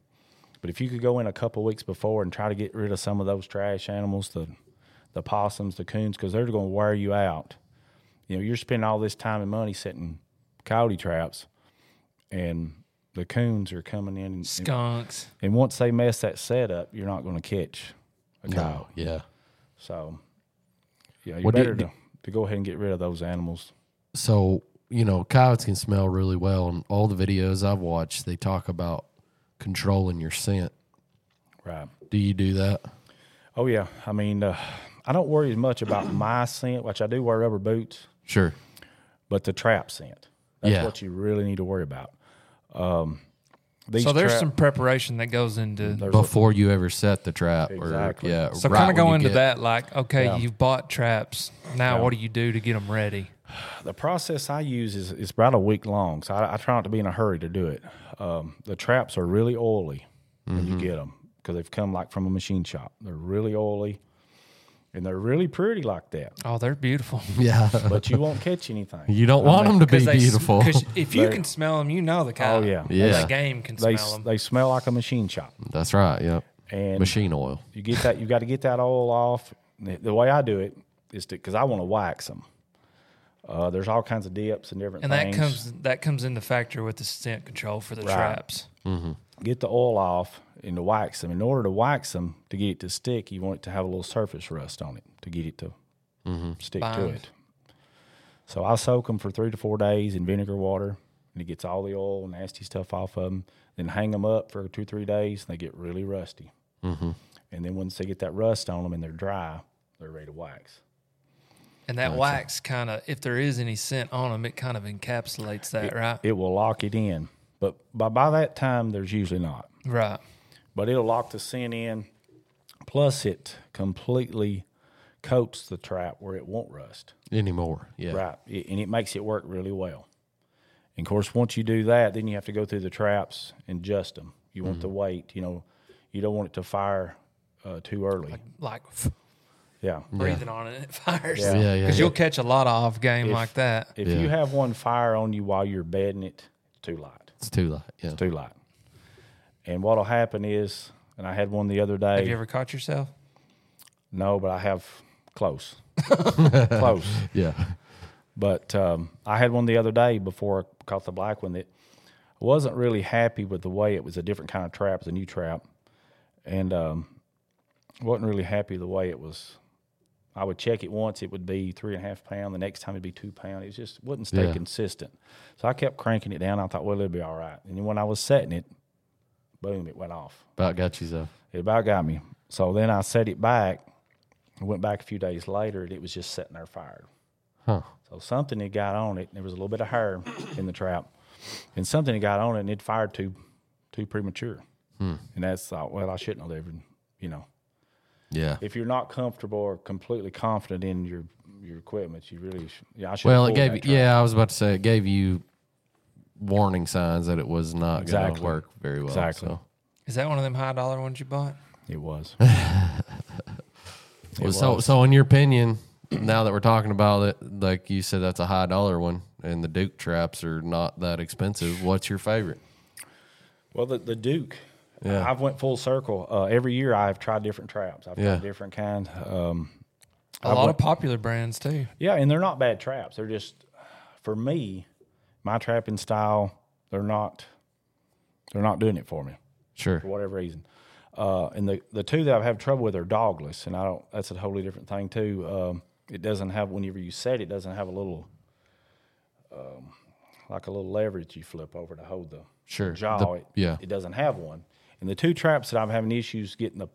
[SPEAKER 3] But if you could go in a couple weeks before and try to get rid of some of those trash animals, the the possums, the coons, because they're going to wear you out. You know, you're spending all this time and money setting coyote traps, and the coons are coming in, and,
[SPEAKER 2] Skunks.
[SPEAKER 3] and once they mess that setup, you're not going to catch a coyote.
[SPEAKER 4] Yeah.
[SPEAKER 3] So, yeah, you
[SPEAKER 4] What do you-
[SPEAKER 3] better to, to go ahead and get rid of those animals.
[SPEAKER 4] so you know coyotes can smell really well and all the videos i've watched they talk about controlling your scent
[SPEAKER 3] Right.
[SPEAKER 4] do you do that
[SPEAKER 3] Oh yeah. I mean, uh, I don't worry as much about my scent, which I do wear rubber boots,
[SPEAKER 4] sure
[SPEAKER 3] but the trap scent. That's
[SPEAKER 4] Yeah.
[SPEAKER 3] what you really need to worry about. Um, these
[SPEAKER 2] So there's
[SPEAKER 3] trap-
[SPEAKER 2] some preparation that goes into
[SPEAKER 4] before you ever set the trap
[SPEAKER 3] Exactly.
[SPEAKER 4] or yeah
[SPEAKER 2] So
[SPEAKER 4] right
[SPEAKER 2] kind of
[SPEAKER 4] when
[SPEAKER 2] go
[SPEAKER 4] you
[SPEAKER 2] into
[SPEAKER 4] get-
[SPEAKER 2] that, like, okay, you've bought traps. Now, what do you do to get them ready?
[SPEAKER 3] the process I use is is about a week long, so I, I try not to be in a hurry to do it. Um, the traps are really oily when
[SPEAKER 4] Mm-hmm.
[SPEAKER 3] you get them because they've come like from a machine shop. They're really oily, and they're really pretty like that.
[SPEAKER 2] Oh, they're beautiful.
[SPEAKER 4] Yeah.
[SPEAKER 3] But you won't catch anything.
[SPEAKER 4] You don't want them to be
[SPEAKER 2] Because they s-
[SPEAKER 4] beautiful.
[SPEAKER 2] 'cause if you
[SPEAKER 3] They-
[SPEAKER 2] can smell them, you know the cow.
[SPEAKER 3] Oh, yeah.
[SPEAKER 4] Yeah.
[SPEAKER 2] The game can
[SPEAKER 3] They
[SPEAKER 2] smell
[SPEAKER 3] s-
[SPEAKER 2] them.
[SPEAKER 3] they smell like a machine shop,
[SPEAKER 4] That's right. Yep.
[SPEAKER 3] and
[SPEAKER 4] Machine oil.
[SPEAKER 3] you get that you got to get that oil off. The, the way I do it is to because I want to wax them. Uh, there's all kinds of dips and different
[SPEAKER 2] and that
[SPEAKER 3] things.
[SPEAKER 2] comes that comes into factor with the scent control for the traps.
[SPEAKER 4] Mm-hmm.
[SPEAKER 3] get the oil off and to wax them. In order to wax them, to get it to stick, you want it to have a little surface rust on it to get it to
[SPEAKER 4] Mm-hmm.
[SPEAKER 3] stick to
[SPEAKER 2] Bind.
[SPEAKER 3] it. So I soak them for three to four days in vinegar water, and it gets all the oil and nasty stuff off of them. Then hang them up for two three days, and they get really rusty.
[SPEAKER 2] Mm-hmm.
[SPEAKER 3] And then once they get that rust on them and they're dry, they're ready to wax.
[SPEAKER 2] And that wax kind of, if there is any scent on them, it kind of encapsulates that, right?
[SPEAKER 3] It will lock it in, but by by that time, there's usually not.
[SPEAKER 2] right.
[SPEAKER 3] but it'll lock the scent in. Plus, it completely coats the trap where it won't rust.
[SPEAKER 4] Anymore. Yeah.
[SPEAKER 3] Right, It- and it makes it work really well. And of course, once you do that, then you have to go through the traps and adjust them. You want the
[SPEAKER 2] Mm-hmm.
[SPEAKER 3] weight, you know, you don't want it to fire uh, too early.
[SPEAKER 2] Like
[SPEAKER 3] yeah.
[SPEAKER 2] breathing on it, and it fires.
[SPEAKER 3] Yeah.
[SPEAKER 4] Yeah. Yeah.
[SPEAKER 2] Because
[SPEAKER 4] yeah.
[SPEAKER 2] you'll catch a lot of off game like that.
[SPEAKER 3] If
[SPEAKER 4] Yeah.
[SPEAKER 3] you have one fire on you while you're bedding it, it's too light.
[SPEAKER 4] It's too light. Yeah.
[SPEAKER 3] Too light. And what'll happen is, and I had one the other day.
[SPEAKER 2] Have you ever caught yourself?
[SPEAKER 3] no, but I have close, close.
[SPEAKER 4] Yeah.
[SPEAKER 3] But um, I had one the other day before I caught the black one that I wasn't really happy with the way it was a different kind of trap, it was a new trap, and um, wasn't really happy the way it was. I would check it once, it would be three and a half pound. The next time it'd be two pound. It just wouldn't stay
[SPEAKER 4] Yeah.
[SPEAKER 3] consistent. So I kept cranking it down. I thought, well, it'll be all right. And then when I was setting it, boom, it went off.
[SPEAKER 4] About got you though.
[SPEAKER 3] It about got me. So then I set it back. I went back a few days later, and it was just sitting there fired.
[SPEAKER 4] Huh.
[SPEAKER 3] So something had got on it, and there was a little bit of hair in the trap, and something had got on it, and it fired too, too premature.
[SPEAKER 4] Hmm.
[SPEAKER 3] And that's thought, well, I shouldn't have even, you know,
[SPEAKER 4] Yeah.
[SPEAKER 3] if you're not comfortable or completely confident in your your equipment, you really, sh- yeah, I should.
[SPEAKER 4] Well, it gave. Yeah, I was about to say it gave you warning signs that it was not going
[SPEAKER 3] Exactly.
[SPEAKER 4] to work very well.
[SPEAKER 3] Exactly.
[SPEAKER 4] So.
[SPEAKER 2] Is that one of them high dollar ones you bought?
[SPEAKER 3] it was.
[SPEAKER 4] Well, so, so in your opinion, now that we're talking about it, like you said, that's a high dollar one, and the Duke traps are not that expensive. What's your favorite?
[SPEAKER 3] Well, the, the Duke.
[SPEAKER 4] Yeah.
[SPEAKER 3] I've went full circle. Uh, every year I've tried different traps. I've
[SPEAKER 4] Yeah.
[SPEAKER 3] tried different kind. Um,
[SPEAKER 2] A lot of popular brands too.
[SPEAKER 3] Yeah, and they're not bad traps. They're just for me, my trapping style. They're not. They're not doing it for me
[SPEAKER 4] Sure.
[SPEAKER 3] for whatever reason. Uh, and the the two that I have trouble with are dogless, and I don't. That's a wholly different thing too. Um, it doesn't have whenever you set it, it doesn't have a little, um, like a little leverage you flip over to hold the
[SPEAKER 4] Sure.
[SPEAKER 3] jaw.
[SPEAKER 4] The-
[SPEAKER 3] it,
[SPEAKER 4] yeah.
[SPEAKER 3] it doesn't have one. And the two traps that I'm having issues getting the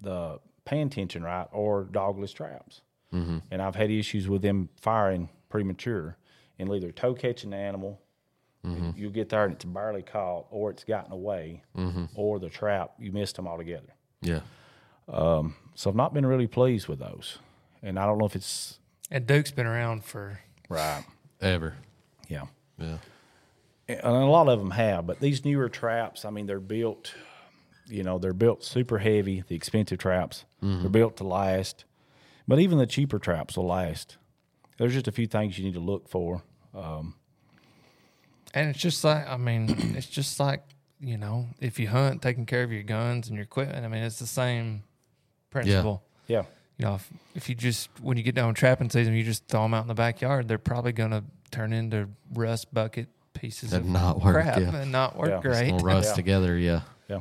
[SPEAKER 3] the pan tension right are dogless traps,
[SPEAKER 4] Mm-hmm.
[SPEAKER 3] and I've had issues with them firing premature and either toe catching the animal
[SPEAKER 4] Mm-hmm.
[SPEAKER 3] you get there and it's barely caught, or it's gotten away,
[SPEAKER 4] Mm-hmm.
[SPEAKER 3] or the trap you missed them altogether.
[SPEAKER 4] Yeah.
[SPEAKER 3] So I've not been really pleased with those, and I don't know if it's
[SPEAKER 2] And Duke's been around for
[SPEAKER 3] right.
[SPEAKER 4] Ever.
[SPEAKER 3] Yeah,
[SPEAKER 4] Yeah.
[SPEAKER 3] and a lot of them have, but these newer traps, I mean, they're built, you know, they're built super heavy. The expensive traps, they're built to last, but even the cheaper traps will last. There's just a few things you need to look for.
[SPEAKER 2] And it's just like, I mean, it's just like, you know, if you hunt, taking care of your guns and your equipment, I mean, it's the same principle.
[SPEAKER 3] Yeah,
[SPEAKER 2] You know, if, if you just, when you get down trapping season, you just throw them out in the backyard, they're probably going to turn into rust bucket pieces
[SPEAKER 4] That'd
[SPEAKER 2] of
[SPEAKER 4] not work,
[SPEAKER 2] crap
[SPEAKER 4] yeah.
[SPEAKER 2] and not work
[SPEAKER 3] Yeah.
[SPEAKER 2] great.
[SPEAKER 4] We'll rust together. Yeah.
[SPEAKER 3] Yeah.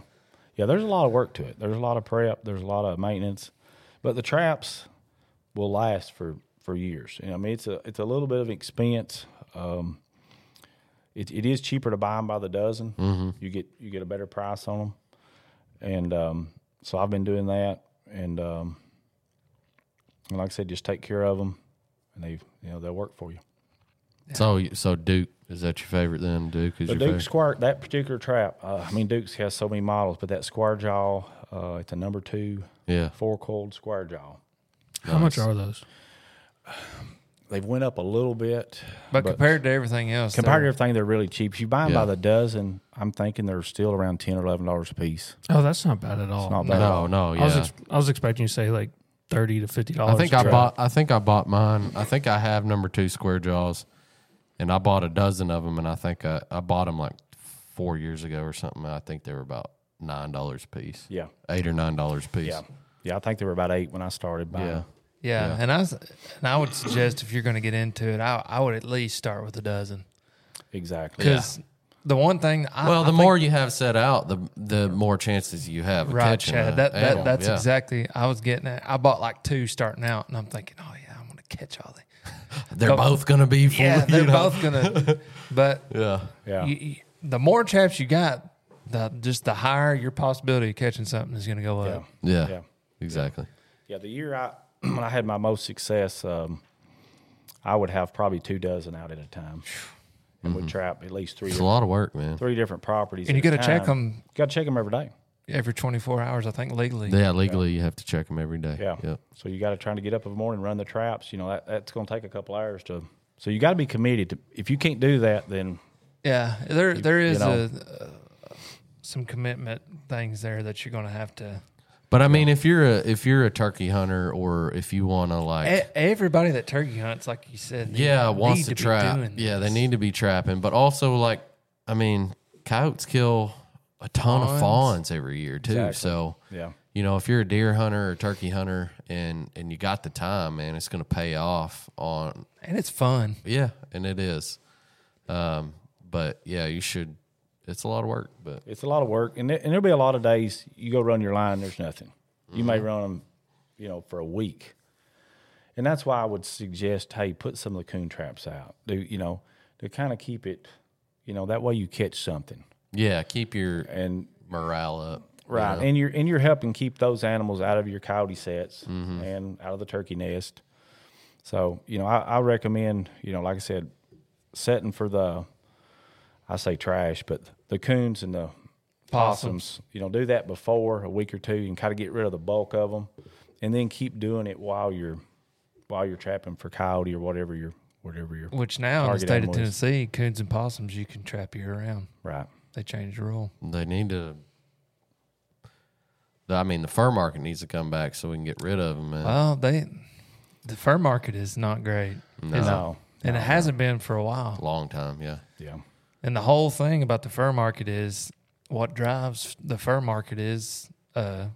[SPEAKER 3] Yeah, there's a lot of work to it. There's a lot of prep, there's a lot of maintenance. But the traps will last for for years. And I mean it's a it's a little bit of expense. Um it, it is cheaper to buy them by the dozen.
[SPEAKER 4] Mm-hmm.
[SPEAKER 3] You get you get a better price on them. And um so I've been doing that and um and like I said just take care of them and they you know they'll work for you.
[SPEAKER 4] So you- so Duke is that your favorite then? Duke is
[SPEAKER 3] The
[SPEAKER 4] your
[SPEAKER 3] Duke
[SPEAKER 4] favorite.
[SPEAKER 3] Squire, that particular trap, uh, I mean, Duke's has so many models, but that Squire Jaw, uh, it's a number two
[SPEAKER 4] yeah.
[SPEAKER 3] four cold square jaw.
[SPEAKER 1] How much are those?
[SPEAKER 3] they've went up a little bit.
[SPEAKER 2] But, compared to everything else,
[SPEAKER 3] compared to
[SPEAKER 2] they're-
[SPEAKER 3] everything, they're really cheap. If you buy them
[SPEAKER 4] Yeah.
[SPEAKER 3] by the dozen, I'm thinking they're still around ten or eleven dollars a piece.
[SPEAKER 1] Oh, that's not bad at all.
[SPEAKER 3] Not bad.
[SPEAKER 4] No, no, yeah.
[SPEAKER 1] I was ex- I was expecting you to say like thirty to fifty dollars.
[SPEAKER 4] I think I bought. I think I bought mine. I think I have number two square jaws, and I bought a dozen of them. And I think I, I bought them like four years ago or something. I think they were about nine dollars a piece,
[SPEAKER 3] Yeah,
[SPEAKER 4] eight or nine dollars a piece.
[SPEAKER 3] yeah, yeah. I think they were about eight when I started buying.
[SPEAKER 4] yeah.
[SPEAKER 3] them.
[SPEAKER 2] yeah. And I s- and I would suggest if you're going to get into it, I I would at least start with a dozen
[SPEAKER 3] exactly.
[SPEAKER 2] because the one thing I,
[SPEAKER 4] Well,
[SPEAKER 2] I
[SPEAKER 4] the
[SPEAKER 2] think-
[SPEAKER 4] more you have set out, the the more chances you have of
[SPEAKER 2] right,
[SPEAKER 4] catching
[SPEAKER 2] Chad,
[SPEAKER 4] a
[SPEAKER 2] that, that
[SPEAKER 4] animal.
[SPEAKER 2] that's
[SPEAKER 4] Yeah.
[SPEAKER 2] exactly I was getting at. I bought like two starting out, and I'm thinking, oh yeah, I'm going to catch all these.
[SPEAKER 4] They're both gonna be full.
[SPEAKER 2] Yeah, they're
[SPEAKER 4] you know?
[SPEAKER 2] both gonna. But
[SPEAKER 4] Yeah,
[SPEAKER 3] Yeah,
[SPEAKER 2] you, you- the more traps you got, the just the higher your possibility of catching something is gonna go
[SPEAKER 3] yeah,
[SPEAKER 2] up.
[SPEAKER 4] yeah,
[SPEAKER 3] Yeah.
[SPEAKER 4] exactly.
[SPEAKER 3] yeah. The year I when I had my most success, um, I would have probably two dozen out at a time, and would trap at least three
[SPEAKER 4] It's a lot of work, man.
[SPEAKER 3] three different properties.
[SPEAKER 2] And
[SPEAKER 3] at
[SPEAKER 2] you
[SPEAKER 3] a
[SPEAKER 2] gotta check
[SPEAKER 3] time.
[SPEAKER 2] 'em.
[SPEAKER 3] Got to check them every day.
[SPEAKER 2] Every 24 hours, I think legally.
[SPEAKER 4] Yeah, legally you have to check them every day.
[SPEAKER 3] Yeah.
[SPEAKER 4] Yep.
[SPEAKER 3] So you got to try to get up in the morning, run the traps. You know that that's going to take a couple hours to. So you got to be committed. To, if you can't do that, then
[SPEAKER 2] Yeah, there there
[SPEAKER 3] you
[SPEAKER 2] is
[SPEAKER 3] know.
[SPEAKER 2] a, uh, some commitment things there that you're gonna have to.
[SPEAKER 4] But I mean, if you're a if you're a turkey hunter, or if you want to like,
[SPEAKER 2] E- everybody that turkey hunts, like you said, they
[SPEAKER 4] yeah, wants
[SPEAKER 2] need
[SPEAKER 4] to,
[SPEAKER 2] be
[SPEAKER 4] trap.
[SPEAKER 2] doing
[SPEAKER 4] Yeah, they
[SPEAKER 2] this.
[SPEAKER 4] need to be trapping. But also, like, I mean, coyotes kill a ton of
[SPEAKER 2] Fawns.
[SPEAKER 4] fawns every year too.
[SPEAKER 3] Exactly.
[SPEAKER 4] So
[SPEAKER 3] yeah,
[SPEAKER 4] you know, if you're a deer hunter or turkey hunter, and and you got the time, man, it's gonna pay off on
[SPEAKER 2] and it's fun.
[SPEAKER 4] yeah, and it is. Um, but yeah, you should. It's a lot of work, but
[SPEAKER 3] it's a lot of work, and, there- and there'll be a lot of days you go run your line. There's nothing. You may run them, you know, for a week, and that's why I would suggest, hey, put some lacoon traps out. Do you know to kind of keep it, you know, that way you catch something
[SPEAKER 4] yeah, keep your
[SPEAKER 3] and.
[SPEAKER 4] morale up.
[SPEAKER 3] Right, and you're and you're helping keep those animals out of your coyote sets and out of the turkey nest. So you know, I, I recommend you know, like I said, setting for the, I say trash, but the coons and the possums. You know, do that before a week or two and kind of get rid of the bulk of them, and then keep doing it while you're while you're trapping for coyote or whatever you're whatever you're
[SPEAKER 2] Which now in
[SPEAKER 3] Target
[SPEAKER 2] the state
[SPEAKER 3] animals.
[SPEAKER 2] of Tennessee, coons and possums, you can trap year round.
[SPEAKER 3] right.
[SPEAKER 2] They changed the rule.
[SPEAKER 4] They need to. I mean, the fur market needs to come back so we can get rid of them, man.
[SPEAKER 2] Well, they the fur market is not great. No.
[SPEAKER 3] No.
[SPEAKER 2] And it hasn't been for a while.
[SPEAKER 4] Long time, yeah.
[SPEAKER 3] Yeah.
[SPEAKER 2] And the whole thing about the fur market is what drives the fur market is uh,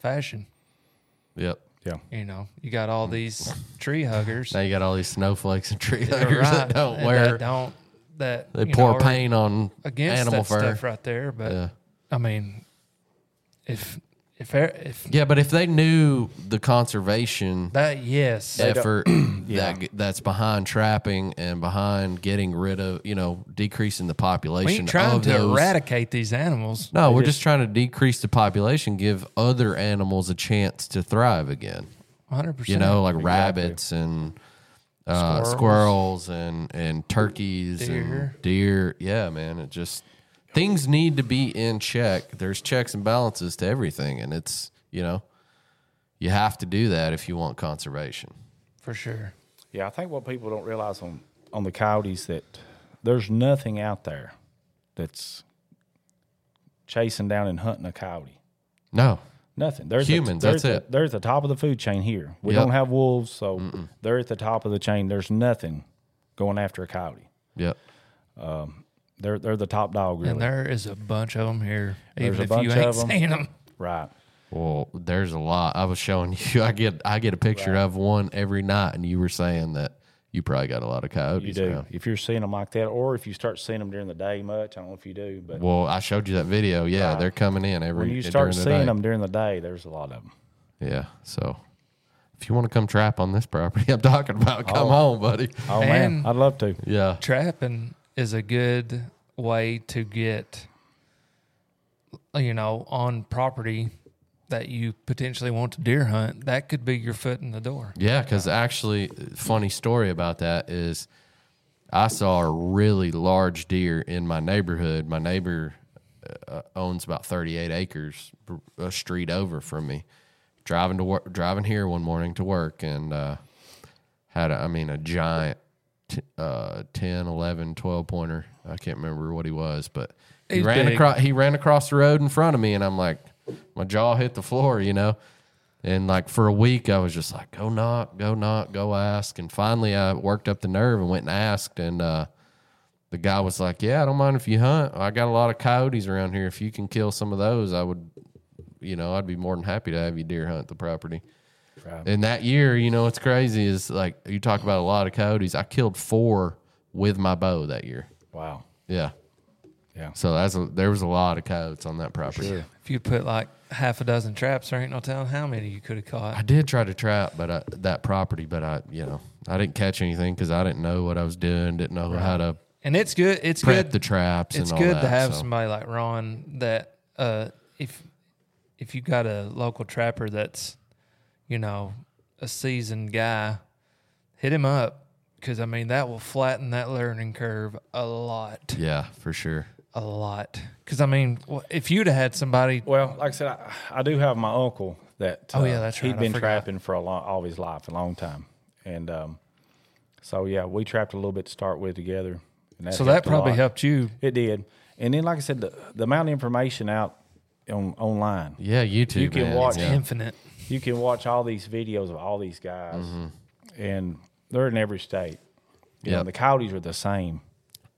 [SPEAKER 2] fashion.
[SPEAKER 4] Yep.
[SPEAKER 3] Yeah.
[SPEAKER 2] You know, you got all
[SPEAKER 4] Hmm.
[SPEAKER 2] these tree huggers.
[SPEAKER 4] Now you got all these snowflakes and tree
[SPEAKER 2] that are
[SPEAKER 4] huggers
[SPEAKER 2] right,
[SPEAKER 4] that don't
[SPEAKER 2] that
[SPEAKER 4] wear.
[SPEAKER 2] don't that
[SPEAKER 4] they
[SPEAKER 2] you know,
[SPEAKER 4] pour
[SPEAKER 2] are
[SPEAKER 4] paint on
[SPEAKER 2] against
[SPEAKER 4] animal
[SPEAKER 2] that
[SPEAKER 4] fur.
[SPEAKER 2] stuff right there. But
[SPEAKER 4] Yeah.
[SPEAKER 2] I mean, if if if
[SPEAKER 4] Yeah, but if they knew the conservation
[SPEAKER 2] that yes,
[SPEAKER 4] effort that g that's behind trapping and behind getting rid of, you know, decreasing the
[SPEAKER 2] we
[SPEAKER 4] population
[SPEAKER 2] ain't trying
[SPEAKER 4] of
[SPEAKER 2] to
[SPEAKER 4] those.
[SPEAKER 2] eradicate these animals.
[SPEAKER 4] no, we're just trying to decrease the population, give other animals a chance to thrive again.
[SPEAKER 2] Hundred percent.
[SPEAKER 4] you know, like rabbits and uh, squirrels. and and turkeys
[SPEAKER 2] Deer.
[SPEAKER 4] and deer. Yeah, man, it just things need to be in check. There's checks and balances to everything, and it's you know you have to do that if you want conservation.
[SPEAKER 2] for sure.
[SPEAKER 3] Yeah, I think what people don't realize on on the coyotes that there's nothing out there that's chasing down and hunting a coyote.
[SPEAKER 4] No,
[SPEAKER 3] Nothing. There's
[SPEAKER 4] Humans,
[SPEAKER 3] A,
[SPEAKER 4] that's
[SPEAKER 3] there's a-
[SPEAKER 4] it.
[SPEAKER 3] they're at the top of the food chain here. We
[SPEAKER 4] Yep.
[SPEAKER 3] don't have wolves, so they're at the top of the chain. There's nothing going after a coyote.
[SPEAKER 4] yep,
[SPEAKER 3] They're they're the top dog, really.
[SPEAKER 2] And there is a bunch of them here,
[SPEAKER 3] There's
[SPEAKER 2] even
[SPEAKER 3] a
[SPEAKER 2] if
[SPEAKER 3] bunch
[SPEAKER 2] you ain't
[SPEAKER 3] of 'em.
[SPEAKER 2] seen them.
[SPEAKER 3] right.
[SPEAKER 4] Well, there's a lot. I was showing you. I get I get a picture of one every night, and you were saying that you probably got a lot of coyotes.
[SPEAKER 3] You do.
[SPEAKER 4] around.
[SPEAKER 3] If you're seeing them like that, or if you start seeing them during the day much, I don't know if you do, but
[SPEAKER 4] Well, I showed you that video. Yeah, they're coming in every.
[SPEAKER 3] when you start
[SPEAKER 4] during the
[SPEAKER 3] seeing
[SPEAKER 4] day.
[SPEAKER 3] them during the day, there's a lot of them.
[SPEAKER 4] Yeah. So if you want to come trap on this property I'm talking about, come on, buddy.
[SPEAKER 3] Oh man,
[SPEAKER 2] And-
[SPEAKER 3] I'd love to.
[SPEAKER 4] Yeah.
[SPEAKER 2] Trapping is a good way to get, you know, on property that you potentially want to deer hunt. That could be your foot in the door.
[SPEAKER 4] Yeah. Cause actually, funny story about that is I saw a really large deer in my neighborhood. My neighbor uh, owns about 38 acres a street over from me. Driving to work, driving here one morning to work, and uh, had, a, I mean, a giant t- uh, 10, 11, 12 pointer. I can't remember what he was, but he
[SPEAKER 2] He's
[SPEAKER 4] ran
[SPEAKER 2] big.
[SPEAKER 4] across, he ran across the road in front of me and I'm like, my jaw hit the floor, you know? And like for a week, I was just like, go knock, go knock, go ask. And finally, I worked up the nerve and went and asked. And uh, the guy was like, yeah, I don't mind if you hunt. I got a lot of coyotes around here. If you can kill some of those, I would, you know, I'd be more than happy to have you deer hunt the property. And that year, you know, what's crazy is like you talk about a lot of coyotes. I killed four with my bow that year.
[SPEAKER 3] Wow.
[SPEAKER 4] Yeah.
[SPEAKER 3] Yeah.
[SPEAKER 4] So that's a, there was a lot of coyotes on that property.
[SPEAKER 2] If you put like half a dozen traps, there ain't no telling how many you could have
[SPEAKER 4] I
[SPEAKER 2] caught.
[SPEAKER 4] did try to trap, but I, that property, but I, you know, I didn't catch anything because I didn't know what I was doing. Didn't know how to
[SPEAKER 2] And it's good. It's
[SPEAKER 4] prep
[SPEAKER 2] good.
[SPEAKER 4] the traps.
[SPEAKER 2] it's
[SPEAKER 4] and all
[SPEAKER 2] good
[SPEAKER 4] that,
[SPEAKER 2] to have
[SPEAKER 4] so.
[SPEAKER 2] somebody like Ron that uh, if if you got a local trapper that's you know a seasoned guy, hit him up because I mean that will flatten that learning curve a lot,
[SPEAKER 4] Yeah, for sure.
[SPEAKER 2] a lot. Because I mean, wh- if you'd have had somebody,
[SPEAKER 3] Well, like I said, I, I do have my uncle that. uh,
[SPEAKER 2] Oh, yeah, that's right.
[SPEAKER 3] He'd
[SPEAKER 2] I
[SPEAKER 3] been
[SPEAKER 2] forgot.
[SPEAKER 3] trapping for a long, all his life, a long time, and um, so yeah, we trapped a little bit to start with together. And
[SPEAKER 2] so that
[SPEAKER 3] a
[SPEAKER 2] probably
[SPEAKER 3] lot.
[SPEAKER 2] helped you.
[SPEAKER 3] It did, and then like I said, the, the amount of information out on online,
[SPEAKER 4] Yeah, YouTube.
[SPEAKER 3] You can
[SPEAKER 4] man.
[SPEAKER 3] watch
[SPEAKER 4] Yeah.
[SPEAKER 2] Infinite.
[SPEAKER 3] you can watch all these videos of all these guys, and they're in every state. You know,
[SPEAKER 4] Yep.
[SPEAKER 3] the coyotes are the same,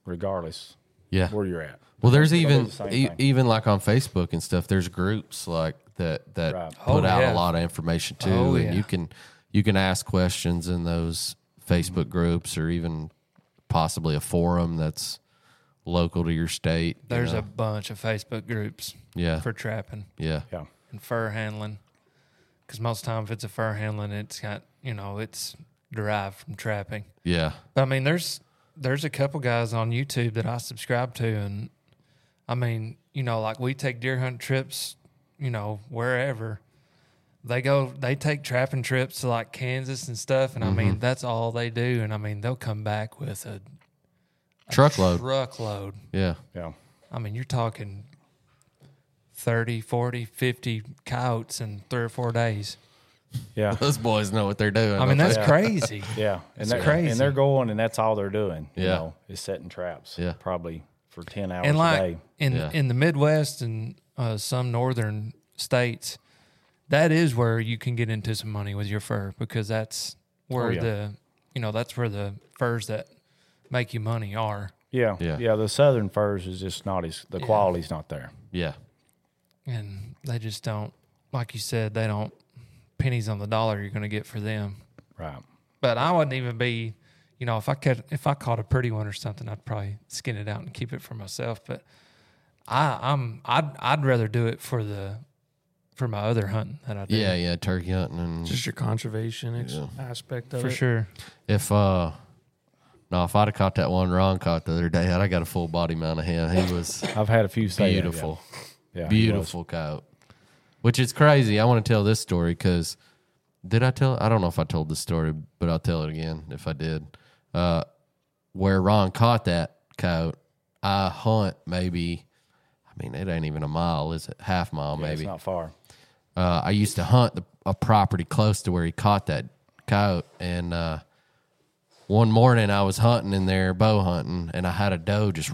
[SPEAKER 3] regardless
[SPEAKER 4] Yeah.
[SPEAKER 3] where you're at.
[SPEAKER 4] Well, there's
[SPEAKER 3] They'll do
[SPEAKER 4] even
[SPEAKER 3] the same
[SPEAKER 4] e-
[SPEAKER 3] thing.
[SPEAKER 4] even like on Facebook and stuff. There's groups like that that
[SPEAKER 3] Right.
[SPEAKER 4] put
[SPEAKER 2] Oh,
[SPEAKER 4] out
[SPEAKER 2] yeah.
[SPEAKER 4] a lot of information too,
[SPEAKER 2] Oh,
[SPEAKER 4] and
[SPEAKER 2] yeah.
[SPEAKER 4] you can you can ask questions in those Facebook groups or even possibly a forum that's local to your state. you
[SPEAKER 2] There's
[SPEAKER 4] know?
[SPEAKER 2] a bunch of Facebook groups
[SPEAKER 4] yeah
[SPEAKER 2] for trapping.
[SPEAKER 4] yeah
[SPEAKER 3] Yeah,
[SPEAKER 2] and fur handling. Because most time, if it's a fur handling, it's got you know it's derived from trapping.
[SPEAKER 4] yeah
[SPEAKER 2] But I mean, there's there's a couple guys on YouTube that I subscribe to, and I mean, you know, like we take deer hunt trips, you know, wherever they go, they take trapping trips to like Kansas and stuff, and I mean, that's all they do, and I mean, they'll come back with a
[SPEAKER 4] truckload.
[SPEAKER 2] truckload.
[SPEAKER 4] yeah
[SPEAKER 3] yeah,
[SPEAKER 2] I mean, you're talking 30, 40, 50 coyotes in three or four days.
[SPEAKER 3] yeah.
[SPEAKER 4] those boys know what they're doing.
[SPEAKER 2] I mean,
[SPEAKER 4] don't
[SPEAKER 2] that's
[SPEAKER 3] Yeah.
[SPEAKER 2] crazy.
[SPEAKER 3] Yeah, and
[SPEAKER 2] It's
[SPEAKER 3] they're,
[SPEAKER 2] crazy.
[SPEAKER 3] And they're going, and that's all they're doing. You
[SPEAKER 4] Yeah.
[SPEAKER 3] know, is setting traps.
[SPEAKER 4] Yeah.
[SPEAKER 3] probably for ten hours
[SPEAKER 2] and
[SPEAKER 3] a day.
[SPEAKER 2] like in
[SPEAKER 4] Yeah.
[SPEAKER 2] in the Midwest and uh, some northern states, that is where you can get into some money with your fur because that's
[SPEAKER 4] Oh,
[SPEAKER 2] where
[SPEAKER 3] yeah.
[SPEAKER 2] the you know that's where the furs that make you money are.
[SPEAKER 3] Yeah,
[SPEAKER 4] Yeah.
[SPEAKER 3] yeah, The southern furs is just not as the quality's not there.
[SPEAKER 4] they? yeah
[SPEAKER 2] and they just don't like you said they don't pennies on the dollar you're going to get for them
[SPEAKER 3] Right.
[SPEAKER 2] but i wouldn't even be you know if i catch if i caught a pretty one or something i'd probably skin it out and keep it for myself but i i'm i'd, I'd rather do it for the for my other hunting that i do
[SPEAKER 4] yeah yeah turkey hunting and
[SPEAKER 1] Just your conservation ex-
[SPEAKER 4] Yeah.
[SPEAKER 1] aspect of
[SPEAKER 2] for
[SPEAKER 1] it.
[SPEAKER 2] sure
[SPEAKER 4] If uh no, if I'd have caught that one Ron caught the other day, I'd have got a full body mount of him. He was
[SPEAKER 3] I've had a few say that, yeah.
[SPEAKER 4] beautiful,
[SPEAKER 3] Yeah, he was.
[SPEAKER 4] beautiful coyote. Which is crazy. I want to tell this story because did I tell? I don't know if I told this story, but I'll tell it again if I did. Uh, where Ron caught that coyote, I hunt maybe. I mean, it ain't even a mile, is it? Half mile
[SPEAKER 3] Yeah,
[SPEAKER 4] maybe.
[SPEAKER 3] it's not far.
[SPEAKER 4] uh, I used to hunt the, a property close to where he caught that coyote. And uh, one morning I was hunting in there, bow hunting, and I had a doe just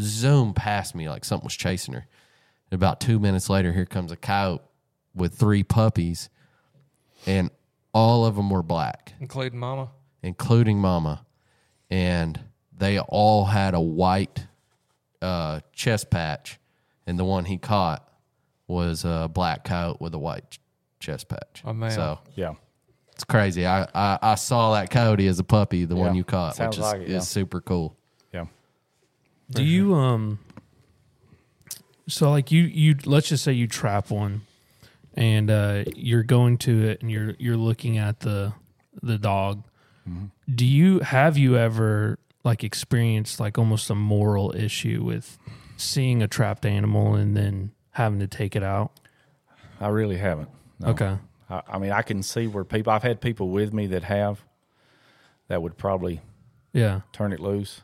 [SPEAKER 4] zoom past me like something was chasing her. And about two minutes later, here comes a coyote with three puppies, and all of them were black
[SPEAKER 2] including mama
[SPEAKER 4] including Mama, and they all had a white uh, chest patch, and the one he caught was a black coat with a white ch- chest patch.
[SPEAKER 2] Oh, man.
[SPEAKER 4] So
[SPEAKER 3] Yeah.
[SPEAKER 4] it's crazy. I, I, I saw that coyote as a puppy, the one
[SPEAKER 3] Yeah.
[SPEAKER 4] you caught,
[SPEAKER 3] Sounds
[SPEAKER 4] which is,
[SPEAKER 3] like it, yeah.
[SPEAKER 4] is super cool.
[SPEAKER 3] Yeah. Mm-hmm.
[SPEAKER 1] Do you um? So like you you let's just say you trap one, and uh, you're going to it and you're you're looking at the the dog.
[SPEAKER 3] Mm-hmm.
[SPEAKER 1] Do you have you ever like experienced like almost a moral issue with seeing a trapped animal and then having to take it out?
[SPEAKER 3] I really haven't. No.
[SPEAKER 1] Okay.
[SPEAKER 3] I, I mean, I can see where people. I've had people with me that have that would probably
[SPEAKER 1] Yeah.
[SPEAKER 3] turn it loose.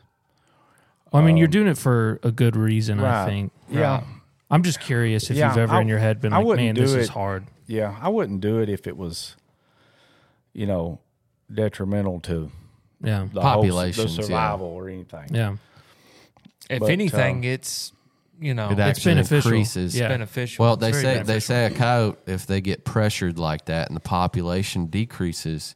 [SPEAKER 1] Well, I mean, you're doing it for a good reason, I
[SPEAKER 3] Um, Right.
[SPEAKER 1] think.
[SPEAKER 3] Yeah.
[SPEAKER 1] I'm just curious if
[SPEAKER 3] Yeah,
[SPEAKER 1] you've ever
[SPEAKER 3] I-
[SPEAKER 1] in your head been
[SPEAKER 3] I
[SPEAKER 1] like,
[SPEAKER 3] wouldn't
[SPEAKER 1] "Man,
[SPEAKER 3] do
[SPEAKER 1] this is
[SPEAKER 3] it."
[SPEAKER 1] hard."
[SPEAKER 3] Yeah, I wouldn't do it if it was, you know, detrimental to
[SPEAKER 1] Yeah.
[SPEAKER 3] the whole-
[SPEAKER 4] Populations, yeah.
[SPEAKER 3] the survival, or anything.
[SPEAKER 1] Yeah.
[SPEAKER 2] If
[SPEAKER 3] But,
[SPEAKER 2] anything,
[SPEAKER 3] um,
[SPEAKER 2] it's you know
[SPEAKER 4] It
[SPEAKER 2] it's
[SPEAKER 4] actually
[SPEAKER 1] beneficial.
[SPEAKER 4] increases.
[SPEAKER 1] Yeah.
[SPEAKER 2] beneficial.
[SPEAKER 4] Well,
[SPEAKER 2] It's
[SPEAKER 4] they
[SPEAKER 2] very
[SPEAKER 4] say they
[SPEAKER 2] beneficial.
[SPEAKER 4] say a coyote if they get pressured like that and the population decreases,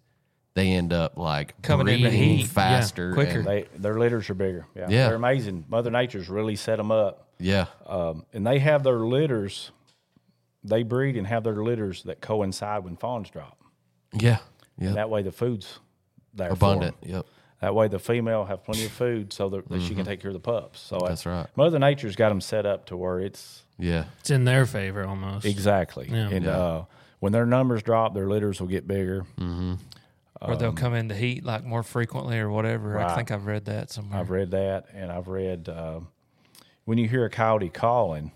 [SPEAKER 4] they end up like
[SPEAKER 2] Coming in the
[SPEAKER 4] breeding
[SPEAKER 2] heat, yeah,
[SPEAKER 4] faster, and-
[SPEAKER 2] quicker.
[SPEAKER 3] They their litters are bigger. Yeah.
[SPEAKER 4] Yeah.
[SPEAKER 3] They're amazing. Mother Nature's really set them up.
[SPEAKER 4] yeah,
[SPEAKER 3] Um, and they have their litters. They breed and have their litters that coincide when fawns drop.
[SPEAKER 4] yeah, yeah,
[SPEAKER 3] Uh, That way the food's there. for 'em.
[SPEAKER 4] abundant. Yep,
[SPEAKER 3] That way the female have plenty of food so that, that she can take care of the pups. So uh,
[SPEAKER 4] Mm-hmm. That's right.
[SPEAKER 3] Mother Nature's got them set up to where it's
[SPEAKER 4] yeah,
[SPEAKER 1] It's in their favor almost.
[SPEAKER 3] exactly. and Uh, when their numbers drop, their litters will get bigger.
[SPEAKER 2] or
[SPEAKER 4] um,
[SPEAKER 2] they'll come in the heat like more frequently or whatever. I think I've read that somewhere.
[SPEAKER 3] I've read that, and I've read um when you hear a coyote calling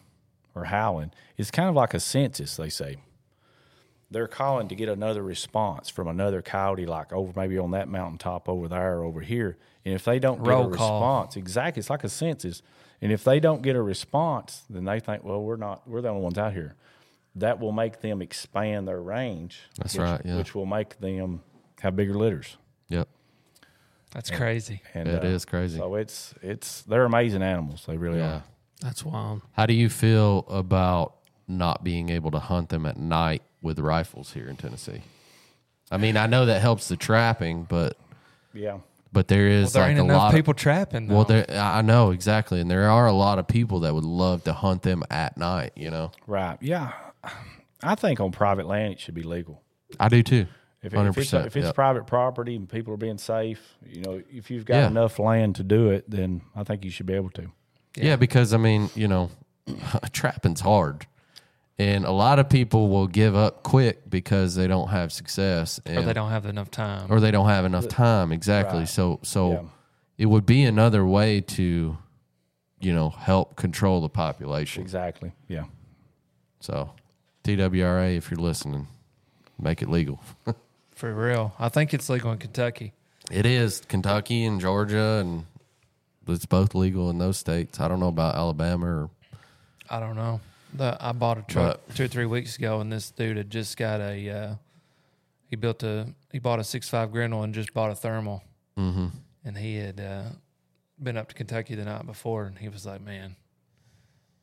[SPEAKER 3] or howling, it's kind of like a census. They say they're calling to get another response from another coyote, like over maybe on that mountaintop over there or over here. And if they don't
[SPEAKER 2] Roll
[SPEAKER 3] get a
[SPEAKER 2] call.
[SPEAKER 3] response, exactly, it's like a census. And if they don't get a response, then they think, well, we're not, we're the only ones out here. That will make them expand their range.
[SPEAKER 4] That's
[SPEAKER 3] which-
[SPEAKER 4] right, yeah.
[SPEAKER 3] Which will make them have bigger litters.
[SPEAKER 4] yep.
[SPEAKER 2] That's crazy.
[SPEAKER 3] And
[SPEAKER 4] It is
[SPEAKER 3] uh,
[SPEAKER 4] crazy.
[SPEAKER 3] So it's it's they're amazing animals. They really
[SPEAKER 4] yeah.
[SPEAKER 3] are.
[SPEAKER 1] That's wild.
[SPEAKER 4] How do you feel about not being able to hunt them at night with rifles here in Tennessee? I mean, I know that helps the trapping, but
[SPEAKER 3] Yeah.
[SPEAKER 4] but there
[SPEAKER 2] Well,
[SPEAKER 4] is
[SPEAKER 2] there
[SPEAKER 4] like
[SPEAKER 2] ain't
[SPEAKER 4] a
[SPEAKER 2] enough
[SPEAKER 4] lot of
[SPEAKER 2] people trapping. Though.
[SPEAKER 4] Well, there I I know exactly, and there are a lot of people that would love to hunt them at night. You know,
[SPEAKER 3] Right. Yeah. I think on private land it should be legal.
[SPEAKER 4] I do too.
[SPEAKER 3] If, it-
[SPEAKER 4] Hundred
[SPEAKER 3] if it's,
[SPEAKER 4] percent.
[SPEAKER 3] if it's private property and people are being safe, you know, if you've got
[SPEAKER 4] Yeah.
[SPEAKER 3] enough land to do it, then I think you should be able to.
[SPEAKER 4] Yeah, because I mean, you know, trapping's hard. And a lot of people will give up quick because they don't have success and,
[SPEAKER 2] or they don't have enough time.
[SPEAKER 4] or they don't have enough time. Exactly.
[SPEAKER 3] Right.
[SPEAKER 4] So so
[SPEAKER 3] Yeah.
[SPEAKER 4] it would be another way to, you know, help control the population.
[SPEAKER 3] Exactly. Yeah.
[SPEAKER 4] So TWRA, if you're listening, make it legal.
[SPEAKER 2] for real, I think it's legal in Kentucky.
[SPEAKER 4] it is Kentucky and Georgia and it's both legal in those states. I don't know about Alabama or
[SPEAKER 2] I don't know. The, I bought a truck two or three weeks ago, and this dude had just got a. Uh, he built a. He bought a six five Grendel and just bought a thermal,
[SPEAKER 4] mm-hmm.
[SPEAKER 2] and he had uh, been up to Kentucky the night before, and he was like, "Man,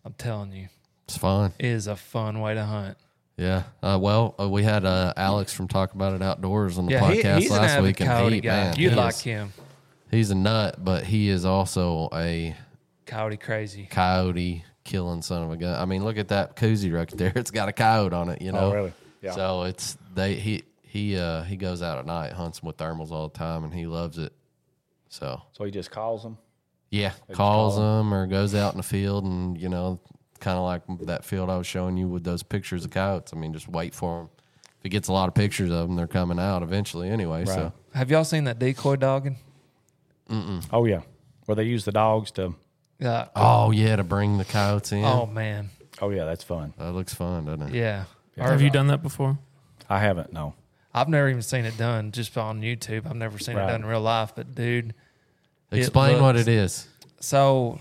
[SPEAKER 2] I'm telling you,
[SPEAKER 4] it's fine.
[SPEAKER 2] it is a fun way to hunt."
[SPEAKER 4] Yeah. Uh, well, uh, we had uh, Alex from Talk About It Outdoors on the
[SPEAKER 2] Yeah, he,
[SPEAKER 4] podcast
[SPEAKER 2] he's an
[SPEAKER 4] last
[SPEAKER 2] avid
[SPEAKER 4] week, and
[SPEAKER 2] coyote
[SPEAKER 4] he,
[SPEAKER 2] guy.
[SPEAKER 4] man,
[SPEAKER 2] You'd
[SPEAKER 4] he
[SPEAKER 2] like
[SPEAKER 4] is-
[SPEAKER 2] him,
[SPEAKER 4] he's a nut, but he is also a
[SPEAKER 2] coyote crazy.
[SPEAKER 4] coyote killing son of a gun. I mean, look at that koozie right there; it's got a coyote on it. You know,
[SPEAKER 3] Oh, really? Yeah.
[SPEAKER 4] So it's they he he uh, he goes out at night, hunts with thermals all the time, and he loves it. So
[SPEAKER 3] So he just calls them.
[SPEAKER 4] yeah,
[SPEAKER 3] It's
[SPEAKER 4] calls
[SPEAKER 3] called-
[SPEAKER 4] them or goes out in the field, and you know, kind of like that field I was showing you with those pictures of coyotes. I mean, just wait for them. If he gets a lot of pictures of them, they're coming out eventually anyway. So
[SPEAKER 2] Have y'all seen that decoy dogging?
[SPEAKER 3] Oh yeah. Where they use the dogs to.
[SPEAKER 2] Yeah.
[SPEAKER 4] Oh yeah, to bring the coyotes in.
[SPEAKER 2] Oh man,
[SPEAKER 3] Oh yeah, that's fun.
[SPEAKER 4] That looks fun, doesn't it?
[SPEAKER 2] yeah. Or-
[SPEAKER 1] Have you done that before?
[SPEAKER 3] I haven't. No.
[SPEAKER 2] I've never even seen it done just on YouTube. I've never seen it
[SPEAKER 3] Right.
[SPEAKER 2] done in real life, but dude.
[SPEAKER 4] Explain what
[SPEAKER 2] looks-
[SPEAKER 4] it is.
[SPEAKER 2] So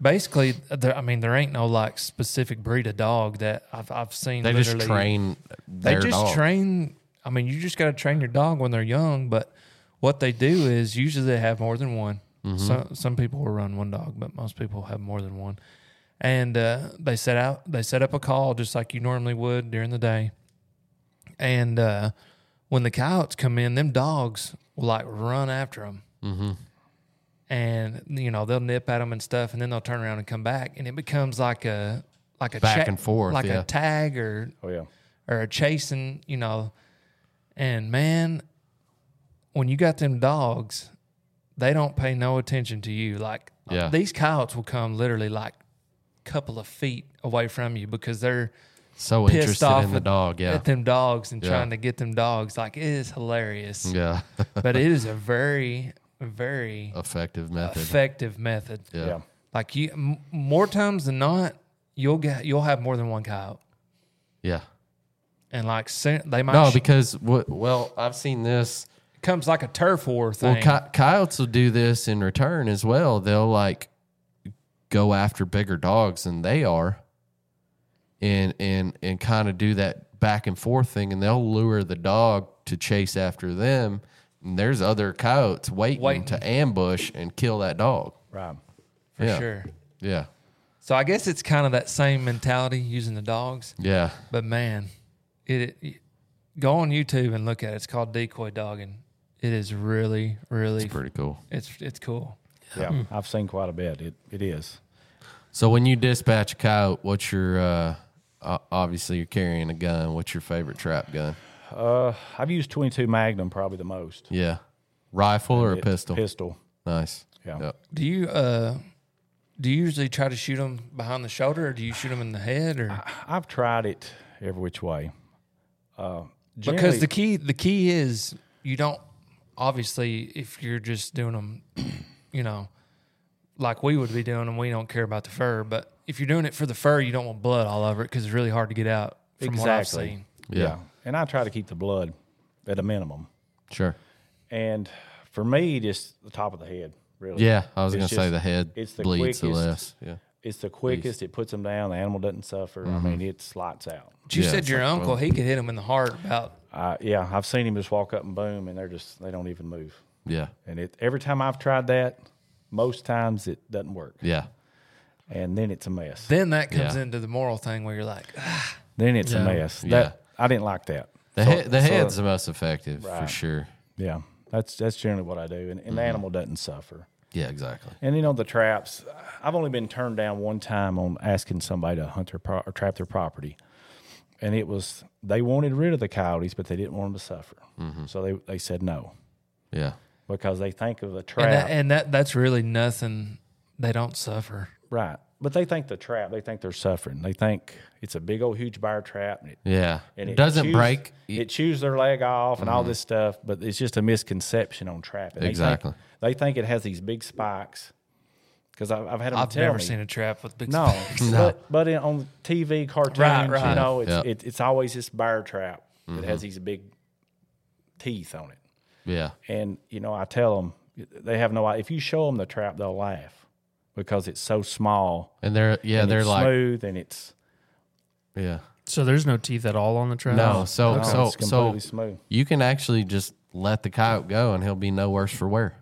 [SPEAKER 2] basically, there, I mean, there ain't no like specific breed of dog that I've, I've seen.
[SPEAKER 4] They just
[SPEAKER 2] literally-
[SPEAKER 4] train.
[SPEAKER 2] They
[SPEAKER 4] Their
[SPEAKER 2] just
[SPEAKER 4] dog.
[SPEAKER 2] train. I mean, you just got to train your dog when they're young. But what they do is usually they have more than one.
[SPEAKER 4] Mm-hmm.
[SPEAKER 2] Some some people will run one dog, but most people have more than one. And uh, they set out. They set up a call just like you normally would during the day. And uh, when the coyotes come in, them dogs will like run after them
[SPEAKER 4] Mm-hmm.
[SPEAKER 2] and you know they'll nip at them and stuff, and then they'll turn around and come back, and it becomes like a like a
[SPEAKER 4] Back
[SPEAKER 2] check-
[SPEAKER 4] and forth,
[SPEAKER 2] like
[SPEAKER 4] yeah.
[SPEAKER 2] a tag or
[SPEAKER 3] Oh yeah.
[SPEAKER 2] or a chasing, you know. And man, when you got them dogs, they don't pay no attention to you. Like
[SPEAKER 4] Yeah.
[SPEAKER 2] these coyotes will come literally like couple of feet away from you because they're
[SPEAKER 4] So
[SPEAKER 2] pissed
[SPEAKER 4] interested
[SPEAKER 2] off
[SPEAKER 4] in the
[SPEAKER 2] at-
[SPEAKER 4] dog. Yeah.
[SPEAKER 2] at them dogs and
[SPEAKER 4] Yeah.
[SPEAKER 2] trying to get them dogs. Like it is hilarious,
[SPEAKER 4] yeah.
[SPEAKER 2] but it is a very very
[SPEAKER 4] Oh, Effective method.
[SPEAKER 2] effective method.
[SPEAKER 4] yeah.
[SPEAKER 3] Yeah.
[SPEAKER 2] Like you, m- more times than not, you'll get you'll have more than one coyote,
[SPEAKER 4] Yeah.
[SPEAKER 2] and like sen- they might
[SPEAKER 4] No,
[SPEAKER 2] sh-
[SPEAKER 4] because what? Well, I've seen this.
[SPEAKER 2] it comes like a turf war
[SPEAKER 4] Well,
[SPEAKER 2] thing.
[SPEAKER 4] coy- coyotes will do this in return as well. They'll like go after bigger dogs than they are, and and and kind of do that back and forth thing, and they'll lure the dog to chase after them, And there's other coyotes waiting,
[SPEAKER 2] Waiting.
[SPEAKER 4] to ambush and kill that dog.
[SPEAKER 3] Right.
[SPEAKER 2] for
[SPEAKER 4] yeah.
[SPEAKER 2] sure.
[SPEAKER 4] Yeah.
[SPEAKER 2] So I guess it's kind of that same mentality using the dogs.
[SPEAKER 4] Yeah.
[SPEAKER 2] But man, it, it go on YouTube and look at it. It's called decoy dogging. It is really, really
[SPEAKER 4] It's pretty cool.
[SPEAKER 2] it's it's cool.
[SPEAKER 3] Yeah. I've seen quite a bit. It it is.
[SPEAKER 4] So when you dispatch a coyote, what's your uh o- obviously you're carrying a gun. What's your favorite trap gun?
[SPEAKER 3] Uh, I've used 22 Magnum probably the most.
[SPEAKER 4] Yeah. Rifle or a
[SPEAKER 3] It-
[SPEAKER 4] pistol?
[SPEAKER 3] Pistol.
[SPEAKER 4] Nice.
[SPEAKER 3] Yeah.
[SPEAKER 4] Yep.
[SPEAKER 2] Do you uh do you usually try to shoot them behind the shoulder or do you shoot them in the head or
[SPEAKER 3] I've tried it every which way. Uh,
[SPEAKER 2] because the key the key is you don't obviously if you're just doing them you know like we would be doing them we don't care about the fur but if you're doing it for the fur you don't want blood all over it because it's really hard to get out from what I've
[SPEAKER 3] Exactly.
[SPEAKER 2] seen
[SPEAKER 4] Yeah.
[SPEAKER 3] and I try to keep the blood at a minimum.
[SPEAKER 4] Sure.
[SPEAKER 3] And for me, just the top of the head, really.
[SPEAKER 4] Yeah. I was
[SPEAKER 3] It's
[SPEAKER 4] gonna say
[SPEAKER 3] just-
[SPEAKER 4] the head
[SPEAKER 3] it's the
[SPEAKER 4] bleeds the
[SPEAKER 3] quickest.
[SPEAKER 4] less. Yeah.
[SPEAKER 3] It's the quickest. It puts them down. The animal doesn't suffer. I
[SPEAKER 4] Mm-hmm.
[SPEAKER 3] mean, it slots out.
[SPEAKER 2] But you
[SPEAKER 4] Yeah,
[SPEAKER 2] said
[SPEAKER 4] it's
[SPEAKER 2] your
[SPEAKER 4] like,
[SPEAKER 2] uncle he could hit him in the heart about
[SPEAKER 3] Uh, yeah, I've seen him just walk up and boom, and they're just they don't even move.
[SPEAKER 4] Yeah.
[SPEAKER 3] And it every time I've tried that, most times it doesn't work,
[SPEAKER 4] Yeah.
[SPEAKER 3] and then it's a mess.
[SPEAKER 2] then that comes
[SPEAKER 4] Yeah.
[SPEAKER 2] into the moral thing where you're like "Ah,
[SPEAKER 3] Then it's
[SPEAKER 4] Yeah.
[SPEAKER 3] a mess.
[SPEAKER 4] Yeah.
[SPEAKER 3] That I didn't like that.
[SPEAKER 4] The
[SPEAKER 3] So-
[SPEAKER 4] head the
[SPEAKER 3] so-
[SPEAKER 4] head's the most effective for sure.
[SPEAKER 3] Yeah, that's that's generally what I do, and, and the animal doesn't suffer.
[SPEAKER 4] Yeah, exactly.
[SPEAKER 3] And you know the traps. I've only been turned down one time on asking somebody to hunt their pro- or trap their property, and it was they wanted rid of the coyotes, but they didn't want them to suffer, so they they said no
[SPEAKER 4] Yeah.
[SPEAKER 3] because they think of the
[SPEAKER 2] and
[SPEAKER 3] trap
[SPEAKER 2] that, and that that's really nothing they don't suffer
[SPEAKER 3] right, but they think the trap. They think they're suffering. They think it's a big old huge bear trap, and it,
[SPEAKER 4] Yeah.
[SPEAKER 3] and
[SPEAKER 4] it doesn't
[SPEAKER 3] chews-
[SPEAKER 4] break. Mm-hmm.
[SPEAKER 3] It chews their leg off and all this stuff, but it's just a misconception on trapping. They think-
[SPEAKER 4] Exactly.
[SPEAKER 3] They think, it has these big spikes because I've, I've had them
[SPEAKER 2] I've
[SPEAKER 3] tell
[SPEAKER 2] never
[SPEAKER 3] me.
[SPEAKER 2] seen a trap with big
[SPEAKER 3] No, but, but in, on TV cartoons,
[SPEAKER 2] right.
[SPEAKER 3] you know, it's
[SPEAKER 4] Yeah.
[SPEAKER 3] it, it's always this bear trap that
[SPEAKER 4] Mm-hmm.
[SPEAKER 3] has these big teeth on it,
[SPEAKER 4] yeah.
[SPEAKER 3] and you know, I tell them they have no idea. If you show them the trap, they'll laugh because it's so small.
[SPEAKER 4] And they're yeah,
[SPEAKER 3] and
[SPEAKER 4] they're
[SPEAKER 3] it's
[SPEAKER 4] like
[SPEAKER 3] smooth and it's
[SPEAKER 4] yeah.
[SPEAKER 1] So there's no teeth at all on the trail.
[SPEAKER 4] No, so
[SPEAKER 3] no,
[SPEAKER 4] so
[SPEAKER 3] it's completely
[SPEAKER 4] so
[SPEAKER 3] smooth.
[SPEAKER 4] you can actually just let the coyote go and he'll be no worse for wear.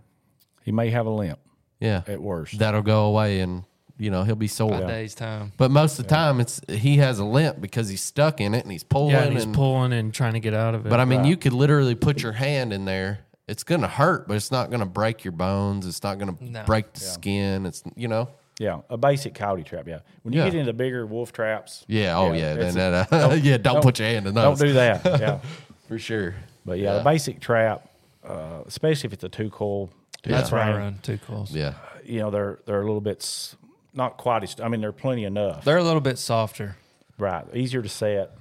[SPEAKER 3] He may have a limp
[SPEAKER 4] Yeah.
[SPEAKER 3] at worst.
[SPEAKER 4] That'll go away and you know, he'll be sore.
[SPEAKER 2] a day's time
[SPEAKER 4] But most of the time it's he has a limp because he's stuck in it and he's pulling
[SPEAKER 1] Yeah, and he's
[SPEAKER 4] and-
[SPEAKER 1] pulling and trying to get out of it.
[SPEAKER 4] but I mean you could literally put your hand in there. It's gonna hurt, but it's not gonna break your bones, it's not gonna
[SPEAKER 2] No.
[SPEAKER 4] break the skin. It's you know?
[SPEAKER 3] Yeah, a basic coyote trap. Yeah, when you
[SPEAKER 4] Yeah.
[SPEAKER 3] get into bigger wolf traps,
[SPEAKER 4] Yeah, oh yeah.
[SPEAKER 3] it's
[SPEAKER 4] Then
[SPEAKER 3] a-
[SPEAKER 4] that, uh, yeah, don't, put your hand in those
[SPEAKER 3] don't do that. Yeah,
[SPEAKER 4] for sure.
[SPEAKER 3] but yeah, the basic trap, uh, especially if it's a two coil.
[SPEAKER 2] that's where I run two calls
[SPEAKER 4] Yeah.
[SPEAKER 3] you know they're they're a little bit s- not quite as I mean they're plenty enough
[SPEAKER 2] they're a little bit softer
[SPEAKER 3] right easier to set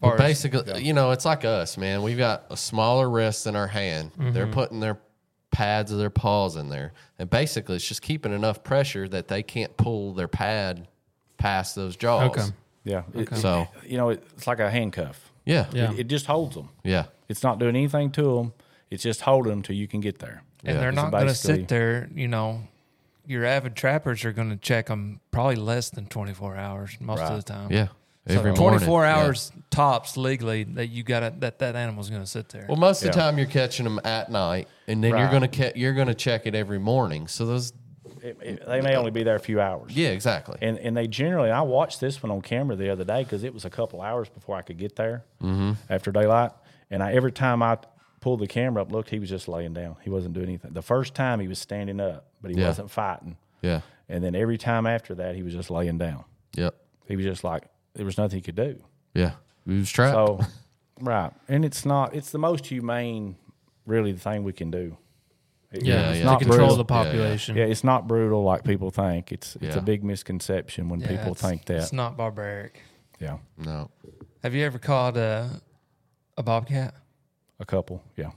[SPEAKER 4] Well,
[SPEAKER 2] Or-
[SPEAKER 4] basically, you know, it's like us, man. We've got a smaller wrist in our hand. They're
[SPEAKER 3] Mm-hmm.
[SPEAKER 4] putting their pads of their paws in there, and basically, it's just keeping enough pressure that they can't pull their pad past those jaws.
[SPEAKER 1] Okay.
[SPEAKER 3] yeah It-
[SPEAKER 4] So,
[SPEAKER 3] you know it, it's like a handcuff
[SPEAKER 4] yeah, yeah,
[SPEAKER 1] Yeah.
[SPEAKER 3] it, it just holds them
[SPEAKER 4] yeah,
[SPEAKER 3] it's not doing anything to them it's just holding them till you can get there
[SPEAKER 2] and
[SPEAKER 4] Yeah.
[SPEAKER 2] they're
[SPEAKER 4] It's
[SPEAKER 2] not going to
[SPEAKER 3] basically-
[SPEAKER 2] sit there. You know, your avid trappers are going to check them probably less than 24 hours most of
[SPEAKER 3] Right.
[SPEAKER 2] the time. So
[SPEAKER 4] Every
[SPEAKER 2] 24
[SPEAKER 4] morning, yeah.
[SPEAKER 2] hours tops legally that you got to that that animal's going to sit there.
[SPEAKER 4] Well, most of the
[SPEAKER 3] Yeah.
[SPEAKER 4] time you're catching them at night, and then you're
[SPEAKER 3] Right.
[SPEAKER 4] gonna ca- you're gonna check it every morning. So those,
[SPEAKER 3] It- it- they may only be there a few hours
[SPEAKER 4] yeah, exactly.
[SPEAKER 3] and and they generally I watched this one on camera the other day because it was a couple hours before I could get there
[SPEAKER 4] Mm-hmm.
[SPEAKER 3] after daylight and I every time I pulled the camera up looked he was just laying down he wasn't doing anything the first time he was standing up but he
[SPEAKER 4] Yeah.
[SPEAKER 3] wasn't fighting
[SPEAKER 4] yeah,
[SPEAKER 3] and then every time after that he was just laying down
[SPEAKER 4] yep,
[SPEAKER 3] He was just like there was nothing he could do.
[SPEAKER 4] yeah. We was trapped.
[SPEAKER 3] So right, and it's not it's the most humane, really, the thing we can do. It-
[SPEAKER 1] yeah,
[SPEAKER 4] Yeah,
[SPEAKER 1] to
[SPEAKER 4] yeah. not
[SPEAKER 1] control
[SPEAKER 3] brutal.
[SPEAKER 1] the
[SPEAKER 4] Yeah, yeah.
[SPEAKER 1] population.
[SPEAKER 3] Yeah, it's not brutal like people think. It's it's
[SPEAKER 4] Yeah.
[SPEAKER 3] a big misconception when
[SPEAKER 2] Yeah,
[SPEAKER 3] people
[SPEAKER 2] it's-
[SPEAKER 3] think that.
[SPEAKER 2] it's not barbaric.
[SPEAKER 3] yeah,
[SPEAKER 4] no,
[SPEAKER 2] Have you ever caught a a bobcat?
[SPEAKER 3] a couple. Yeah,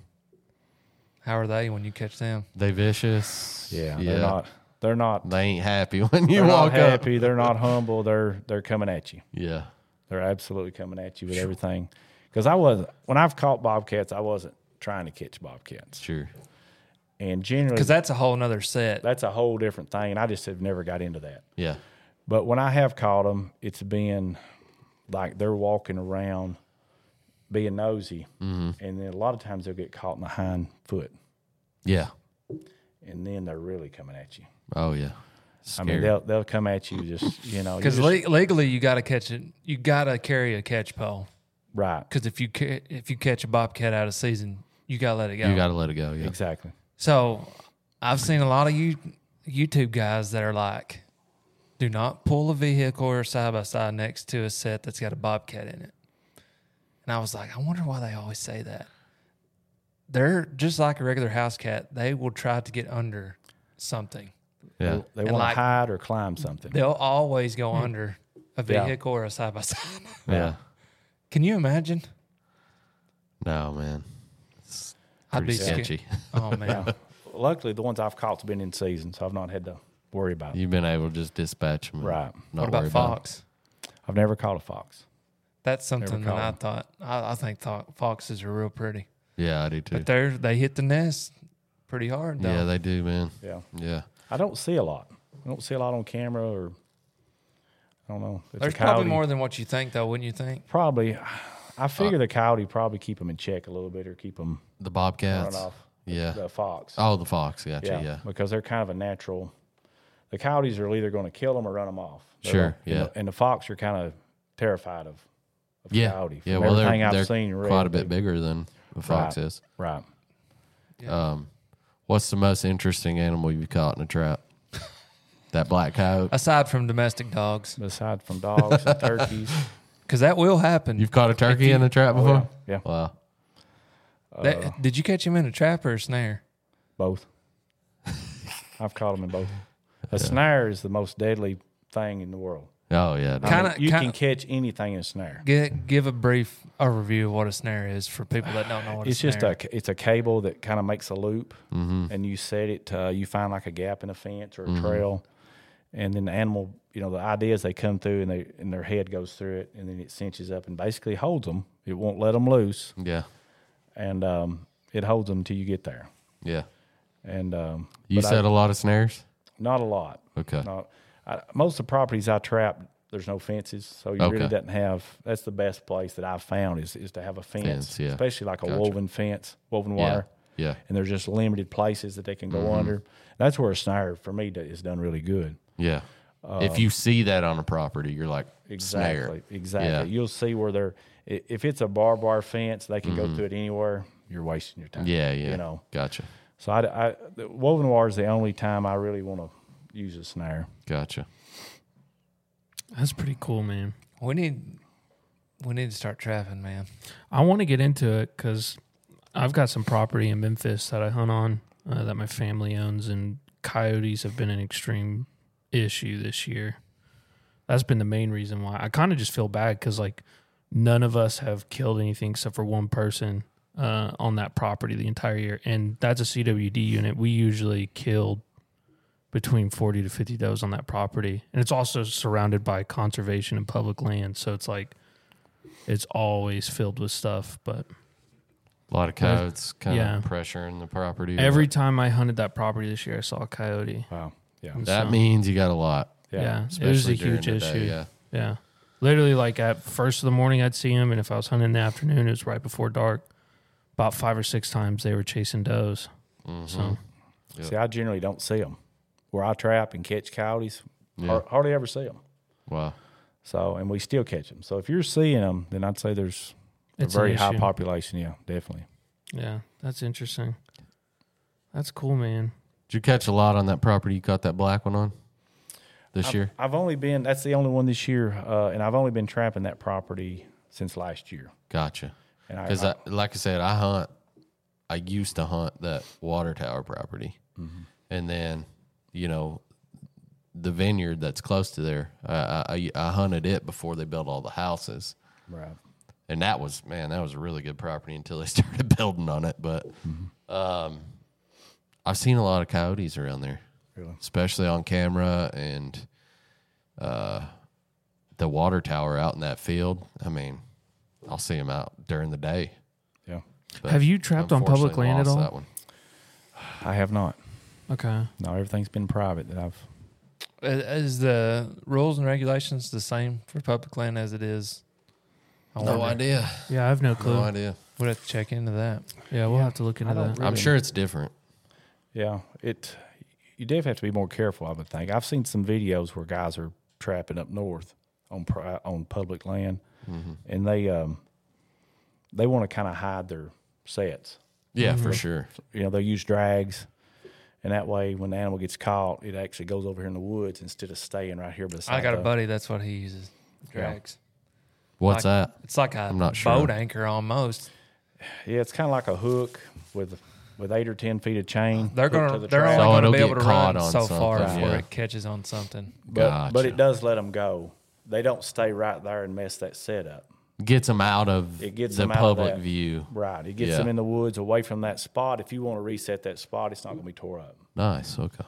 [SPEAKER 2] How are they when you catch them?
[SPEAKER 4] they vicious.
[SPEAKER 3] yeah.
[SPEAKER 4] yeah.
[SPEAKER 3] They're not. They're not.
[SPEAKER 4] they ain't happy when you
[SPEAKER 3] They're not
[SPEAKER 4] walk up.
[SPEAKER 3] happy. They're not humble. They're they're coming at you.
[SPEAKER 4] Yeah.
[SPEAKER 3] They're absolutely coming at you with everything. Because I was when I've caught bobcats, I wasn't trying to catch bobcats,
[SPEAKER 4] Sure.
[SPEAKER 3] and generally
[SPEAKER 2] Because that's a whole nother set.
[SPEAKER 3] that's a whole different thing. And I just have never got into that.
[SPEAKER 4] Yeah.
[SPEAKER 3] But when I have caught them, it's been like they're walking around being nosy,
[SPEAKER 4] Mm-hmm.
[SPEAKER 3] and then a lot of times they'll get caught in the hind foot,
[SPEAKER 4] Yeah.
[SPEAKER 3] and then they're really coming at you.
[SPEAKER 4] Oh yeah.
[SPEAKER 3] I
[SPEAKER 4] Scary.
[SPEAKER 3] mean, they'll they'll come at you just you know you
[SPEAKER 2] Because
[SPEAKER 3] just-
[SPEAKER 2] le- legally, you got to catch it. You got to carry a catch pole.
[SPEAKER 3] right
[SPEAKER 2] Because if you ca- if you catch a bobcat out of season, you got to let it go.
[SPEAKER 4] you got to let it go. Yeah.
[SPEAKER 3] exactly
[SPEAKER 2] so I've seen a lot of you YouTube guys that are like, do not pull a vehicle or side by side next to a set that's got a bobcat in it. And I was like, I wonder why they always say that. They're just like a regular house cat. They will try to get under something.
[SPEAKER 4] Yeah.
[SPEAKER 3] they
[SPEAKER 2] And
[SPEAKER 3] want
[SPEAKER 2] like-
[SPEAKER 3] to hide or climb something.
[SPEAKER 2] They'll always go under a
[SPEAKER 3] Yeah.
[SPEAKER 2] vehicle or a side by side.
[SPEAKER 4] Yeah.
[SPEAKER 2] Can you imagine?
[SPEAKER 4] No man.
[SPEAKER 2] I'd
[SPEAKER 4] Pretty
[SPEAKER 2] be scared.
[SPEAKER 4] sketchy.
[SPEAKER 2] Oh man,
[SPEAKER 3] Luckily, the ones I've caught's been in season, so I've not had to worry about it.
[SPEAKER 4] You've been able to just dispatch them. and
[SPEAKER 3] Right.
[SPEAKER 4] Not
[SPEAKER 2] what about
[SPEAKER 4] worry
[SPEAKER 2] fox?
[SPEAKER 3] I've never caught a fox.
[SPEAKER 2] That's something that
[SPEAKER 3] caught
[SPEAKER 2] I
[SPEAKER 3] one.
[SPEAKER 2] thought. I, I think thought foxes are real pretty,
[SPEAKER 4] It. Yeah, I do too.
[SPEAKER 2] but they're they hit the nest pretty hard. Though.
[SPEAKER 4] Yeah, they do, man.
[SPEAKER 3] Yeah,
[SPEAKER 4] Yeah.
[SPEAKER 3] I don't see a lot. I don't see a lot on camera, or I don't know. It's a
[SPEAKER 2] there's probably
[SPEAKER 3] coyote.
[SPEAKER 2] more than what you think, though, wouldn't you think?
[SPEAKER 3] Probably, I figure the coyote probably keep them in check a little bit, or keep them
[SPEAKER 4] The bobcats.
[SPEAKER 3] off.
[SPEAKER 4] Yeah.
[SPEAKER 3] the fox.
[SPEAKER 4] Oh, the fox. Gotcha.
[SPEAKER 3] yeah,
[SPEAKER 4] Yeah.
[SPEAKER 3] because they're kind of a natural. The coyotes are either going to kill them or run them off. They're
[SPEAKER 4] Sure,
[SPEAKER 3] like- and
[SPEAKER 4] yeah.
[SPEAKER 3] the, and the fox are kind of terrified of, of
[SPEAKER 4] Yeah.
[SPEAKER 3] coyote.
[SPEAKER 4] yeah.
[SPEAKER 3] From
[SPEAKER 4] Well,
[SPEAKER 3] everything
[SPEAKER 4] they're,
[SPEAKER 3] I've
[SPEAKER 4] they're
[SPEAKER 3] seen, really,
[SPEAKER 4] quite a bit
[SPEAKER 3] they-
[SPEAKER 4] bigger than the fox
[SPEAKER 3] Right.
[SPEAKER 4] is.
[SPEAKER 3] Right.
[SPEAKER 4] Um, what's the most interesting animal you've caught in a trap? that black coyote.
[SPEAKER 2] Aside from domestic dogs,
[SPEAKER 3] Aside from dogs and turkeys,
[SPEAKER 2] because that will happen.
[SPEAKER 4] You've caught a turkey in a trap before?
[SPEAKER 3] Oh, yeah,
[SPEAKER 4] Wow. uh,
[SPEAKER 2] That- did you catch him in a trap or a snare?
[SPEAKER 3] both. I've caught them in both. A snare is the most deadly thing in the world.
[SPEAKER 4] Oh yeah.
[SPEAKER 3] I
[SPEAKER 4] dude.
[SPEAKER 3] mean,
[SPEAKER 2] Kinda-
[SPEAKER 3] you
[SPEAKER 2] kinda-
[SPEAKER 3] can catch anything in a snare.
[SPEAKER 2] Get, give a brief overview of what a snare is for people that don't know what
[SPEAKER 3] It's
[SPEAKER 2] a snare.
[SPEAKER 3] just a it's a cable that kind of makes a loop,
[SPEAKER 4] Mm. Mm-hmm.
[SPEAKER 3] and you set it. To, you find like a gap in a fence or a trail, and then the animal. You know, the idea is they come through and they and their head goes through it, and then it cinches up and basically holds them. It won't let them loose,
[SPEAKER 4] Yeah.
[SPEAKER 3] and um, it holds them till you get there.
[SPEAKER 4] Yeah.
[SPEAKER 3] And um,
[SPEAKER 4] You
[SPEAKER 3] but I-
[SPEAKER 4] set a lot of snares.
[SPEAKER 3] not a lot.
[SPEAKER 4] Okay.
[SPEAKER 3] Not, I, most of the properties I trap, there's no fences, so you
[SPEAKER 4] Okay.
[SPEAKER 3] really doesn't have. That's the best place that I've found is is to have a fence,
[SPEAKER 4] Fence, yeah.
[SPEAKER 3] especially like a
[SPEAKER 4] Gotcha.
[SPEAKER 3] woven fence,
[SPEAKER 4] Yeah.
[SPEAKER 3] woven wire.
[SPEAKER 4] Yeah.
[SPEAKER 3] And there's just limited places that they can go
[SPEAKER 4] Mm-hmm.
[SPEAKER 3] under. That's where a snare for me do- is done really good.
[SPEAKER 4] Yeah.
[SPEAKER 3] Um,
[SPEAKER 4] if you see that on a property, you're like
[SPEAKER 3] Exactly,
[SPEAKER 4] snare.
[SPEAKER 3] exactly.
[SPEAKER 4] Yeah.
[SPEAKER 3] You'll see where they're. i- If it's a barbed wire fence, they can go through it anywhere. You're wasting your time.
[SPEAKER 4] Mm-hmm. Yeah. Yeah.
[SPEAKER 3] You know.
[SPEAKER 4] Gotcha.
[SPEAKER 3] So I, I the woven wire is the only time I really want to use a snare.
[SPEAKER 4] Gotcha.
[SPEAKER 1] That's pretty cool, man.
[SPEAKER 2] we need we need to start trapping, man.
[SPEAKER 1] I want to get into it because I've got some property in Memphis that I hunt on uh, that my family owns, and coyotes have been an extreme issue this year. That's been the main reason why I kind of just feel bad because like none of us have killed anything except for one person uh, on that property the entire year, and that's a CWD unit. We usually killed between forty to fifty does on that property, and it's also surrounded by conservation and public land, so it's like it's always filled with stuff. But
[SPEAKER 4] A lot of coyotes kind
[SPEAKER 1] yeah.
[SPEAKER 4] of pressuring the property.
[SPEAKER 1] every time I hunted that property this year, I saw a coyote.
[SPEAKER 3] Wow. Yeah.
[SPEAKER 1] And
[SPEAKER 4] that
[SPEAKER 1] so-
[SPEAKER 4] means you got a lot.
[SPEAKER 1] yeah, it was a
[SPEAKER 4] especially during
[SPEAKER 1] huge
[SPEAKER 4] the day,
[SPEAKER 1] issue. yeah.
[SPEAKER 4] yeah.
[SPEAKER 1] literally like at first of the morning, I'd see them, and if I was hunting in the afternoon, it was right before dark. About five or six times they were chasing does.
[SPEAKER 4] Mm-hmm.
[SPEAKER 1] So
[SPEAKER 4] Yep.
[SPEAKER 3] See, I generally don't see them. Where I trap and catch coyotes,
[SPEAKER 4] Yeah.
[SPEAKER 3] har- hardly ever see them.
[SPEAKER 4] Wow.
[SPEAKER 3] So, and we still catch them. So, if you're seeing them, then I'd say there's a
[SPEAKER 1] It's an
[SPEAKER 3] very high
[SPEAKER 1] issue.
[SPEAKER 3] population. Yeah, definitely.
[SPEAKER 1] yeah, that's interesting. That's cool, man.
[SPEAKER 4] Did you catch a lot on that property you caught that black one on this year?
[SPEAKER 3] I've only been, that's the only one this year, uh, and I've only been trapping that property since last year.
[SPEAKER 4] Gotcha.
[SPEAKER 3] And I,
[SPEAKER 4] Because, I, like I said, I hunt. I used to hunt that water tower property, and then you know the vineyard that's close to there. Uh, I, I I hunted it before they built all the houses,
[SPEAKER 3] right.
[SPEAKER 4] and that was man, that was a really good property until they started building on it. But um, I've seen a lot of coyotes around there,
[SPEAKER 3] Really?
[SPEAKER 4] especially on camera and uh, the water tower out in that field. I mean, I'll see them out during the day.
[SPEAKER 3] Yeah.
[SPEAKER 4] But
[SPEAKER 1] Have you trapped on public
[SPEAKER 4] unfortunately
[SPEAKER 1] land at
[SPEAKER 4] lost
[SPEAKER 1] all?
[SPEAKER 4] That one.
[SPEAKER 3] I have not.
[SPEAKER 1] Okay.
[SPEAKER 3] No, everything's been private that I've,
[SPEAKER 2] Uh, Is- Is the rules and regulations the same for public land as it is
[SPEAKER 3] Oh,
[SPEAKER 4] No idea.
[SPEAKER 1] Yeah, I have no clue.
[SPEAKER 4] No idea.
[SPEAKER 2] We'll have to check into that.
[SPEAKER 1] yeah, we'll have to look into
[SPEAKER 3] I don't
[SPEAKER 1] that.
[SPEAKER 3] really-
[SPEAKER 4] I'm sure it's different.
[SPEAKER 3] Yeah, it. You definitely have to be more careful. I would think. I've seen some videos where guys are trapping up north on pri- on public land,
[SPEAKER 2] Mm-hmm.
[SPEAKER 3] and they um they want to kind of hide their sets.
[SPEAKER 4] Yeah,
[SPEAKER 3] Mm-hmm.
[SPEAKER 4] for sure.
[SPEAKER 3] You know, they use drags, and that way, when the animal gets caught, it actually goes over here in the woods instead of staying right here beside.
[SPEAKER 2] I got a
[SPEAKER 3] the-
[SPEAKER 2] buddy. That's what he uses. Drags.
[SPEAKER 4] What's
[SPEAKER 2] Like-
[SPEAKER 4] that?
[SPEAKER 2] It's like a
[SPEAKER 4] I'm not sure.
[SPEAKER 2] boat anchor almost.
[SPEAKER 3] Yeah, it's kind of like a hook with with eight or ten feet of chain.
[SPEAKER 2] They're
[SPEAKER 3] hooked
[SPEAKER 2] gonna
[SPEAKER 3] the
[SPEAKER 2] they're
[SPEAKER 3] trap.
[SPEAKER 4] So
[SPEAKER 2] only gonna
[SPEAKER 4] it'll
[SPEAKER 2] be able
[SPEAKER 4] get
[SPEAKER 2] to
[SPEAKER 4] caught
[SPEAKER 2] run
[SPEAKER 4] on
[SPEAKER 2] so far
[SPEAKER 4] something,
[SPEAKER 2] before
[SPEAKER 4] yeah.
[SPEAKER 2] it catches on something.
[SPEAKER 3] but, but
[SPEAKER 4] Gotcha.
[SPEAKER 3] it does let them go. They don't stay right there and mess that set up.
[SPEAKER 4] Gets them out of
[SPEAKER 3] It gets
[SPEAKER 4] the
[SPEAKER 3] them out of
[SPEAKER 4] public
[SPEAKER 3] that.
[SPEAKER 4] view.
[SPEAKER 3] Right. It gets them
[SPEAKER 4] Yeah.
[SPEAKER 3] in the woods away from that spot. If you want to reset that spot, it's not going to be tore up.
[SPEAKER 4] Nice. Okay.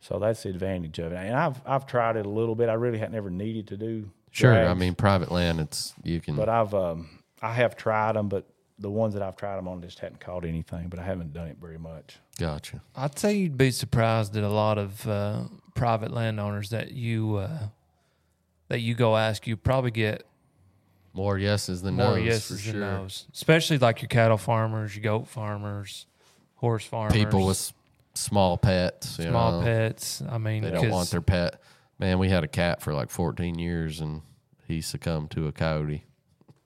[SPEAKER 3] So that's the advantage of it. And I've I've tried it a little bit. I really had never needed to do.
[SPEAKER 4] Sure. I
[SPEAKER 3] drags,
[SPEAKER 4] mean, private land. It's you can.
[SPEAKER 3] but I've um I have tried them, but the ones that I've tried them on just hadn't caught anything. But I haven't done it very much.
[SPEAKER 4] gotcha.
[SPEAKER 2] I'd say you'd be surprised at a lot of uh, private landowners that you uh, that you go ask. You probably get
[SPEAKER 4] More yeses than
[SPEAKER 2] more
[SPEAKER 4] no's
[SPEAKER 2] yeses
[SPEAKER 4] for
[SPEAKER 2] than
[SPEAKER 4] sure.
[SPEAKER 2] no's, especially like your cattle farmers, your goat farmers, horse farmers,
[SPEAKER 4] People with s- small pets. You
[SPEAKER 2] small
[SPEAKER 4] know,
[SPEAKER 2] pets. I mean,
[SPEAKER 4] They don't
[SPEAKER 2] 'cause-
[SPEAKER 4] want their pet. Man, we had a cat for like 14 years, and he succumbed to a coyote.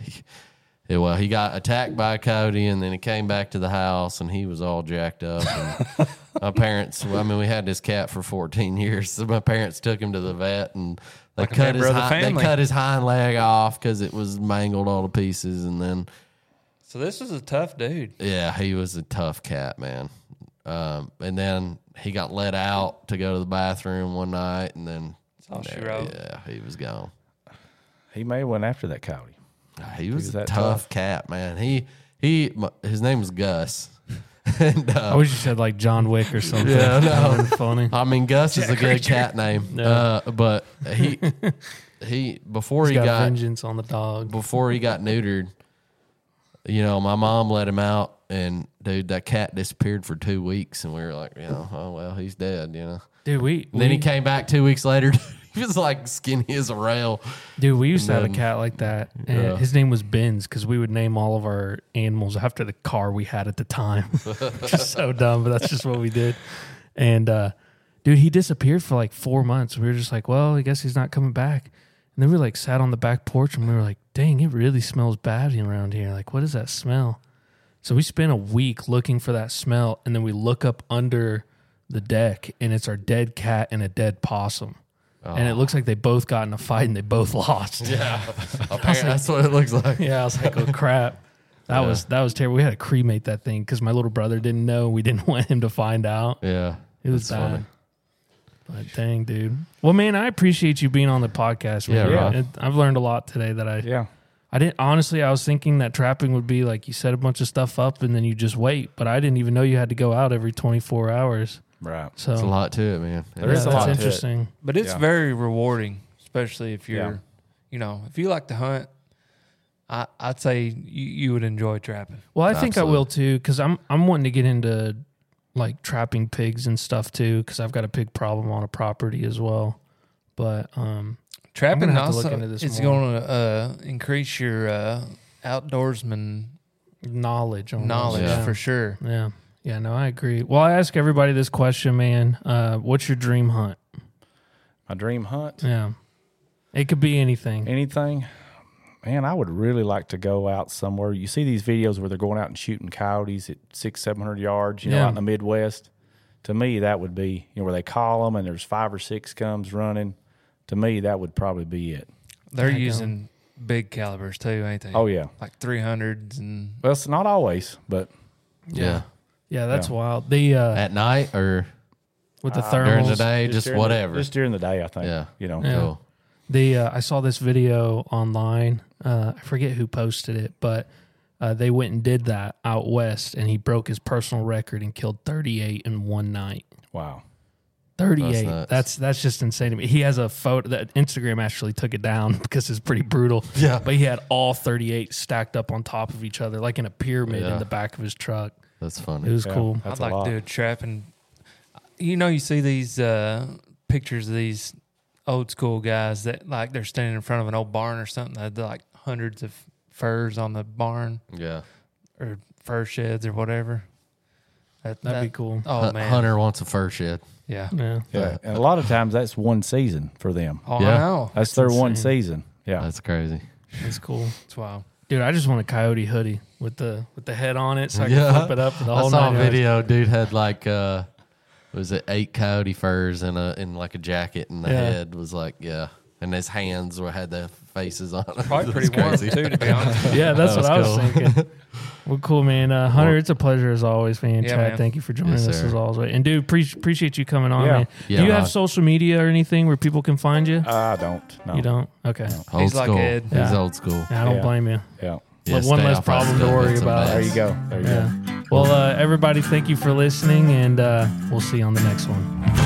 [SPEAKER 4] He- yeah, well, he got attacked by a coyote, and then he came back to the house, and he was all jacked up. And my parents, well, I mean, we had this cat for 14 years. So my parents took him to the vet, and they
[SPEAKER 2] Like a
[SPEAKER 4] cut
[SPEAKER 2] member
[SPEAKER 4] his
[SPEAKER 2] of the
[SPEAKER 4] hind, they
[SPEAKER 2] family.
[SPEAKER 4] cut his hind leg off because it was mangled all to pieces, and then.
[SPEAKER 2] So this is a tough dude.
[SPEAKER 4] Yeah, he was a tough cat, man. Um, and then he got let out to go to the bathroom one night, and then
[SPEAKER 2] That's all she wrote.
[SPEAKER 4] yeah, he was gone.
[SPEAKER 3] He may have went after that coyote.
[SPEAKER 4] He was,
[SPEAKER 3] was
[SPEAKER 4] a
[SPEAKER 3] that
[SPEAKER 4] tough,
[SPEAKER 3] tough?
[SPEAKER 4] cat, man. He he, my, his name was Gus, and
[SPEAKER 1] I
[SPEAKER 4] uh,
[SPEAKER 1] wish you said like John Wick or something.
[SPEAKER 4] Yeah, I know.
[SPEAKER 1] That would've been funny.
[SPEAKER 4] I mean Gus is a good cat name, uh, but he he before
[SPEAKER 1] He's
[SPEAKER 4] he
[SPEAKER 1] got,
[SPEAKER 4] got
[SPEAKER 1] vengeance on the dog.
[SPEAKER 4] before he got neutered, you know, my mom let him out, and dude, that cat disappeared for two weeks, and we were like, you know, oh well, he's dead, you know.
[SPEAKER 1] Dude, we,
[SPEAKER 4] And then he
[SPEAKER 1] we-
[SPEAKER 4] came back two weeks later. he was like skinny as a rail.
[SPEAKER 1] Dude, we used to have a
[SPEAKER 4] then-
[SPEAKER 1] cat like that. And
[SPEAKER 4] Yeah.
[SPEAKER 1] His name was Benz because we would name all of our animals after the car we had at the time. just so dumb, but that's just what we did. And uh, dude, he disappeared for like four months. We were just like, well, I guess he's not coming back. And then we like sat on the back porch and we were like, dang, it really smells bad around here. Like, what is that smell? So we spent a week looking for that smell, and then we look up under the deck, and it's our dead cat and a dead possum. And it looks like they both got in a fight and they both lost. Yeah,
[SPEAKER 4] Apparently, that's what it looks like.
[SPEAKER 1] I was like, oh crap, that was that was terrible. We had to cremate that thing because my little brother didn't know. We didn't want him to find out.
[SPEAKER 4] Yeah.
[SPEAKER 1] It was
[SPEAKER 4] That's funny.
[SPEAKER 1] bad. But dang, dude. Well, man, I appreciate you being on the podcast.
[SPEAKER 4] Yeah,
[SPEAKER 1] man.
[SPEAKER 4] Rob.
[SPEAKER 1] It- I've learned a lot today that I
[SPEAKER 3] Yeah.
[SPEAKER 1] I didn't honestly. I was thinking that trapping would be like you set a bunch of stuff up and then you just wait, but I didn't even know you had to go out every twenty four hours.
[SPEAKER 3] Right.
[SPEAKER 1] So
[SPEAKER 4] It's a lot to it, man.
[SPEAKER 3] There is
[SPEAKER 1] yeah,
[SPEAKER 3] a
[SPEAKER 1] that's
[SPEAKER 3] lot to it.
[SPEAKER 1] interesting.
[SPEAKER 2] But it's
[SPEAKER 3] Yeah.
[SPEAKER 2] very rewarding, especially if you're,
[SPEAKER 3] Yeah.
[SPEAKER 2] you know, if you like to hunt. I, I'd say you, you would enjoy trapping.
[SPEAKER 1] Well, I think I will too because I'm I'm wanting to get into like trapping pigs and stuff too because I've got a pig problem on a property as well. But um,
[SPEAKER 2] Trapping
[SPEAKER 1] have to
[SPEAKER 2] also
[SPEAKER 1] look into this
[SPEAKER 2] is
[SPEAKER 1] more.
[SPEAKER 2] going to uh, increase your uh, outdoorsman
[SPEAKER 1] knowledge, on
[SPEAKER 2] knowledge
[SPEAKER 1] yeah.
[SPEAKER 2] for sure.
[SPEAKER 1] yeah, yeah. No, I agree. Well, I ask everybody this question, man. Uh, what's your dream hunt?
[SPEAKER 3] My dream hunt.
[SPEAKER 1] Yeah, it could be anything.
[SPEAKER 3] Anything. Man, I would really like to go out somewhere. You see these videos where they're going out and shooting coyotes at six, seven hundred yards. You know,
[SPEAKER 1] Yeah.
[SPEAKER 3] out in the Midwest. To me, that would be you know where they call them and there's five or six comes running. To me, that would probably be it.
[SPEAKER 2] They're
[SPEAKER 1] I
[SPEAKER 2] using big calibers too, ain't they?
[SPEAKER 3] Oh yeah.
[SPEAKER 2] like three hundreds and
[SPEAKER 3] Well, it's not always, but
[SPEAKER 4] Yeah.
[SPEAKER 1] Yeah, that's
[SPEAKER 3] Yeah. uh,
[SPEAKER 1] wild. The uh,
[SPEAKER 4] At night or
[SPEAKER 1] with the thermals
[SPEAKER 4] during the day, just,
[SPEAKER 3] during the-
[SPEAKER 4] whatever.
[SPEAKER 3] just during the day, I think.
[SPEAKER 4] Yeah.
[SPEAKER 3] You know.
[SPEAKER 1] Yeah.
[SPEAKER 4] Cool.
[SPEAKER 1] The uh, I saw this video online. Uh, I forget who posted it, but uh, they went and did that out west, and he broke his personal record and killed 38 in one night.
[SPEAKER 3] Wow.
[SPEAKER 1] 38.
[SPEAKER 4] That's
[SPEAKER 1] That's
[SPEAKER 4] nuts.
[SPEAKER 1] that's, just insane to me. He has a photo that Instagram actually took it down because it's pretty brutal.
[SPEAKER 4] Yeah.
[SPEAKER 1] but he had all 38 stacked up on top of each other, like in a pyramid in
[SPEAKER 4] Yeah.
[SPEAKER 1] the back of his truck.
[SPEAKER 4] That's
[SPEAKER 1] It
[SPEAKER 4] funny.
[SPEAKER 1] was cool.
[SPEAKER 3] That's a
[SPEAKER 2] I'd like
[SPEAKER 3] lot.
[SPEAKER 2] to do a trapping. You know, you see these uh, pictures of these old school guys that like they're standing in front of an old barn or something. They're like hundreds of furs on the barn
[SPEAKER 4] Yeah.
[SPEAKER 2] or fur sheds or whatever. That,
[SPEAKER 1] That'd
[SPEAKER 2] that-
[SPEAKER 1] be cool.
[SPEAKER 2] Oh
[SPEAKER 4] Hun-
[SPEAKER 2] man,
[SPEAKER 4] Hunter wants a fur shed.
[SPEAKER 2] yeah.
[SPEAKER 1] Yeah.
[SPEAKER 3] Yeah. And a lot of times that's one season for them.
[SPEAKER 2] Oh,
[SPEAKER 4] Yeah.
[SPEAKER 2] I know.
[SPEAKER 3] That's their one
[SPEAKER 1] insane.
[SPEAKER 3] season. Yeah.
[SPEAKER 4] That's crazy.
[SPEAKER 1] That's cool.
[SPEAKER 2] That's wild.
[SPEAKER 1] Dude, I just want a coyote hoodie with the with the head on it so I
[SPEAKER 4] Yeah.
[SPEAKER 1] can flip it up for the
[SPEAKER 4] I
[SPEAKER 1] whole
[SPEAKER 4] saw a
[SPEAKER 1] nine yards.
[SPEAKER 4] video. Dude had like uh, was it eight coyote furs and a in like a jacket, and the
[SPEAKER 1] Yeah.
[SPEAKER 4] head was like yeah, and his hands were had the faces on. it.
[SPEAKER 2] Probably
[SPEAKER 4] It
[SPEAKER 2] pretty
[SPEAKER 4] was
[SPEAKER 2] warm
[SPEAKER 4] crazy.
[SPEAKER 2] too, to be honest.
[SPEAKER 1] Yeah, that's
[SPEAKER 4] That
[SPEAKER 1] what I
[SPEAKER 4] was
[SPEAKER 1] was thinking. Well, cool, man. Uh, Hunter, it's a pleasure as always, man.
[SPEAKER 2] Yeah,
[SPEAKER 1] Chad,
[SPEAKER 2] man.
[SPEAKER 1] thank you for joining
[SPEAKER 4] Yes,
[SPEAKER 1] us
[SPEAKER 4] sir.
[SPEAKER 1] as always. And dude, pre- appreciate you coming on,
[SPEAKER 3] Yeah.
[SPEAKER 1] man.
[SPEAKER 4] Yeah,
[SPEAKER 1] Do you have
[SPEAKER 4] no.
[SPEAKER 1] social media or anything where people can find you?
[SPEAKER 3] I don't. Uh, No.
[SPEAKER 1] You don't? Okay.
[SPEAKER 4] Old
[SPEAKER 2] He's like
[SPEAKER 4] school.
[SPEAKER 2] Ed.
[SPEAKER 4] He's
[SPEAKER 1] Yeah.
[SPEAKER 4] old school.
[SPEAKER 1] Yeah, I don't
[SPEAKER 3] Yeah.
[SPEAKER 1] blame you.
[SPEAKER 3] Yeah.
[SPEAKER 4] Yeah,
[SPEAKER 1] But one
[SPEAKER 4] stay
[SPEAKER 1] less
[SPEAKER 4] off that
[SPEAKER 1] problem to
[SPEAKER 4] stuff.
[SPEAKER 1] worry
[SPEAKER 4] It's a
[SPEAKER 1] about.
[SPEAKER 4] mess.
[SPEAKER 3] There you go. There you go.
[SPEAKER 1] Yeah. Well, uh, everybody, thank you for listening, and uh, we'll see you on the next one.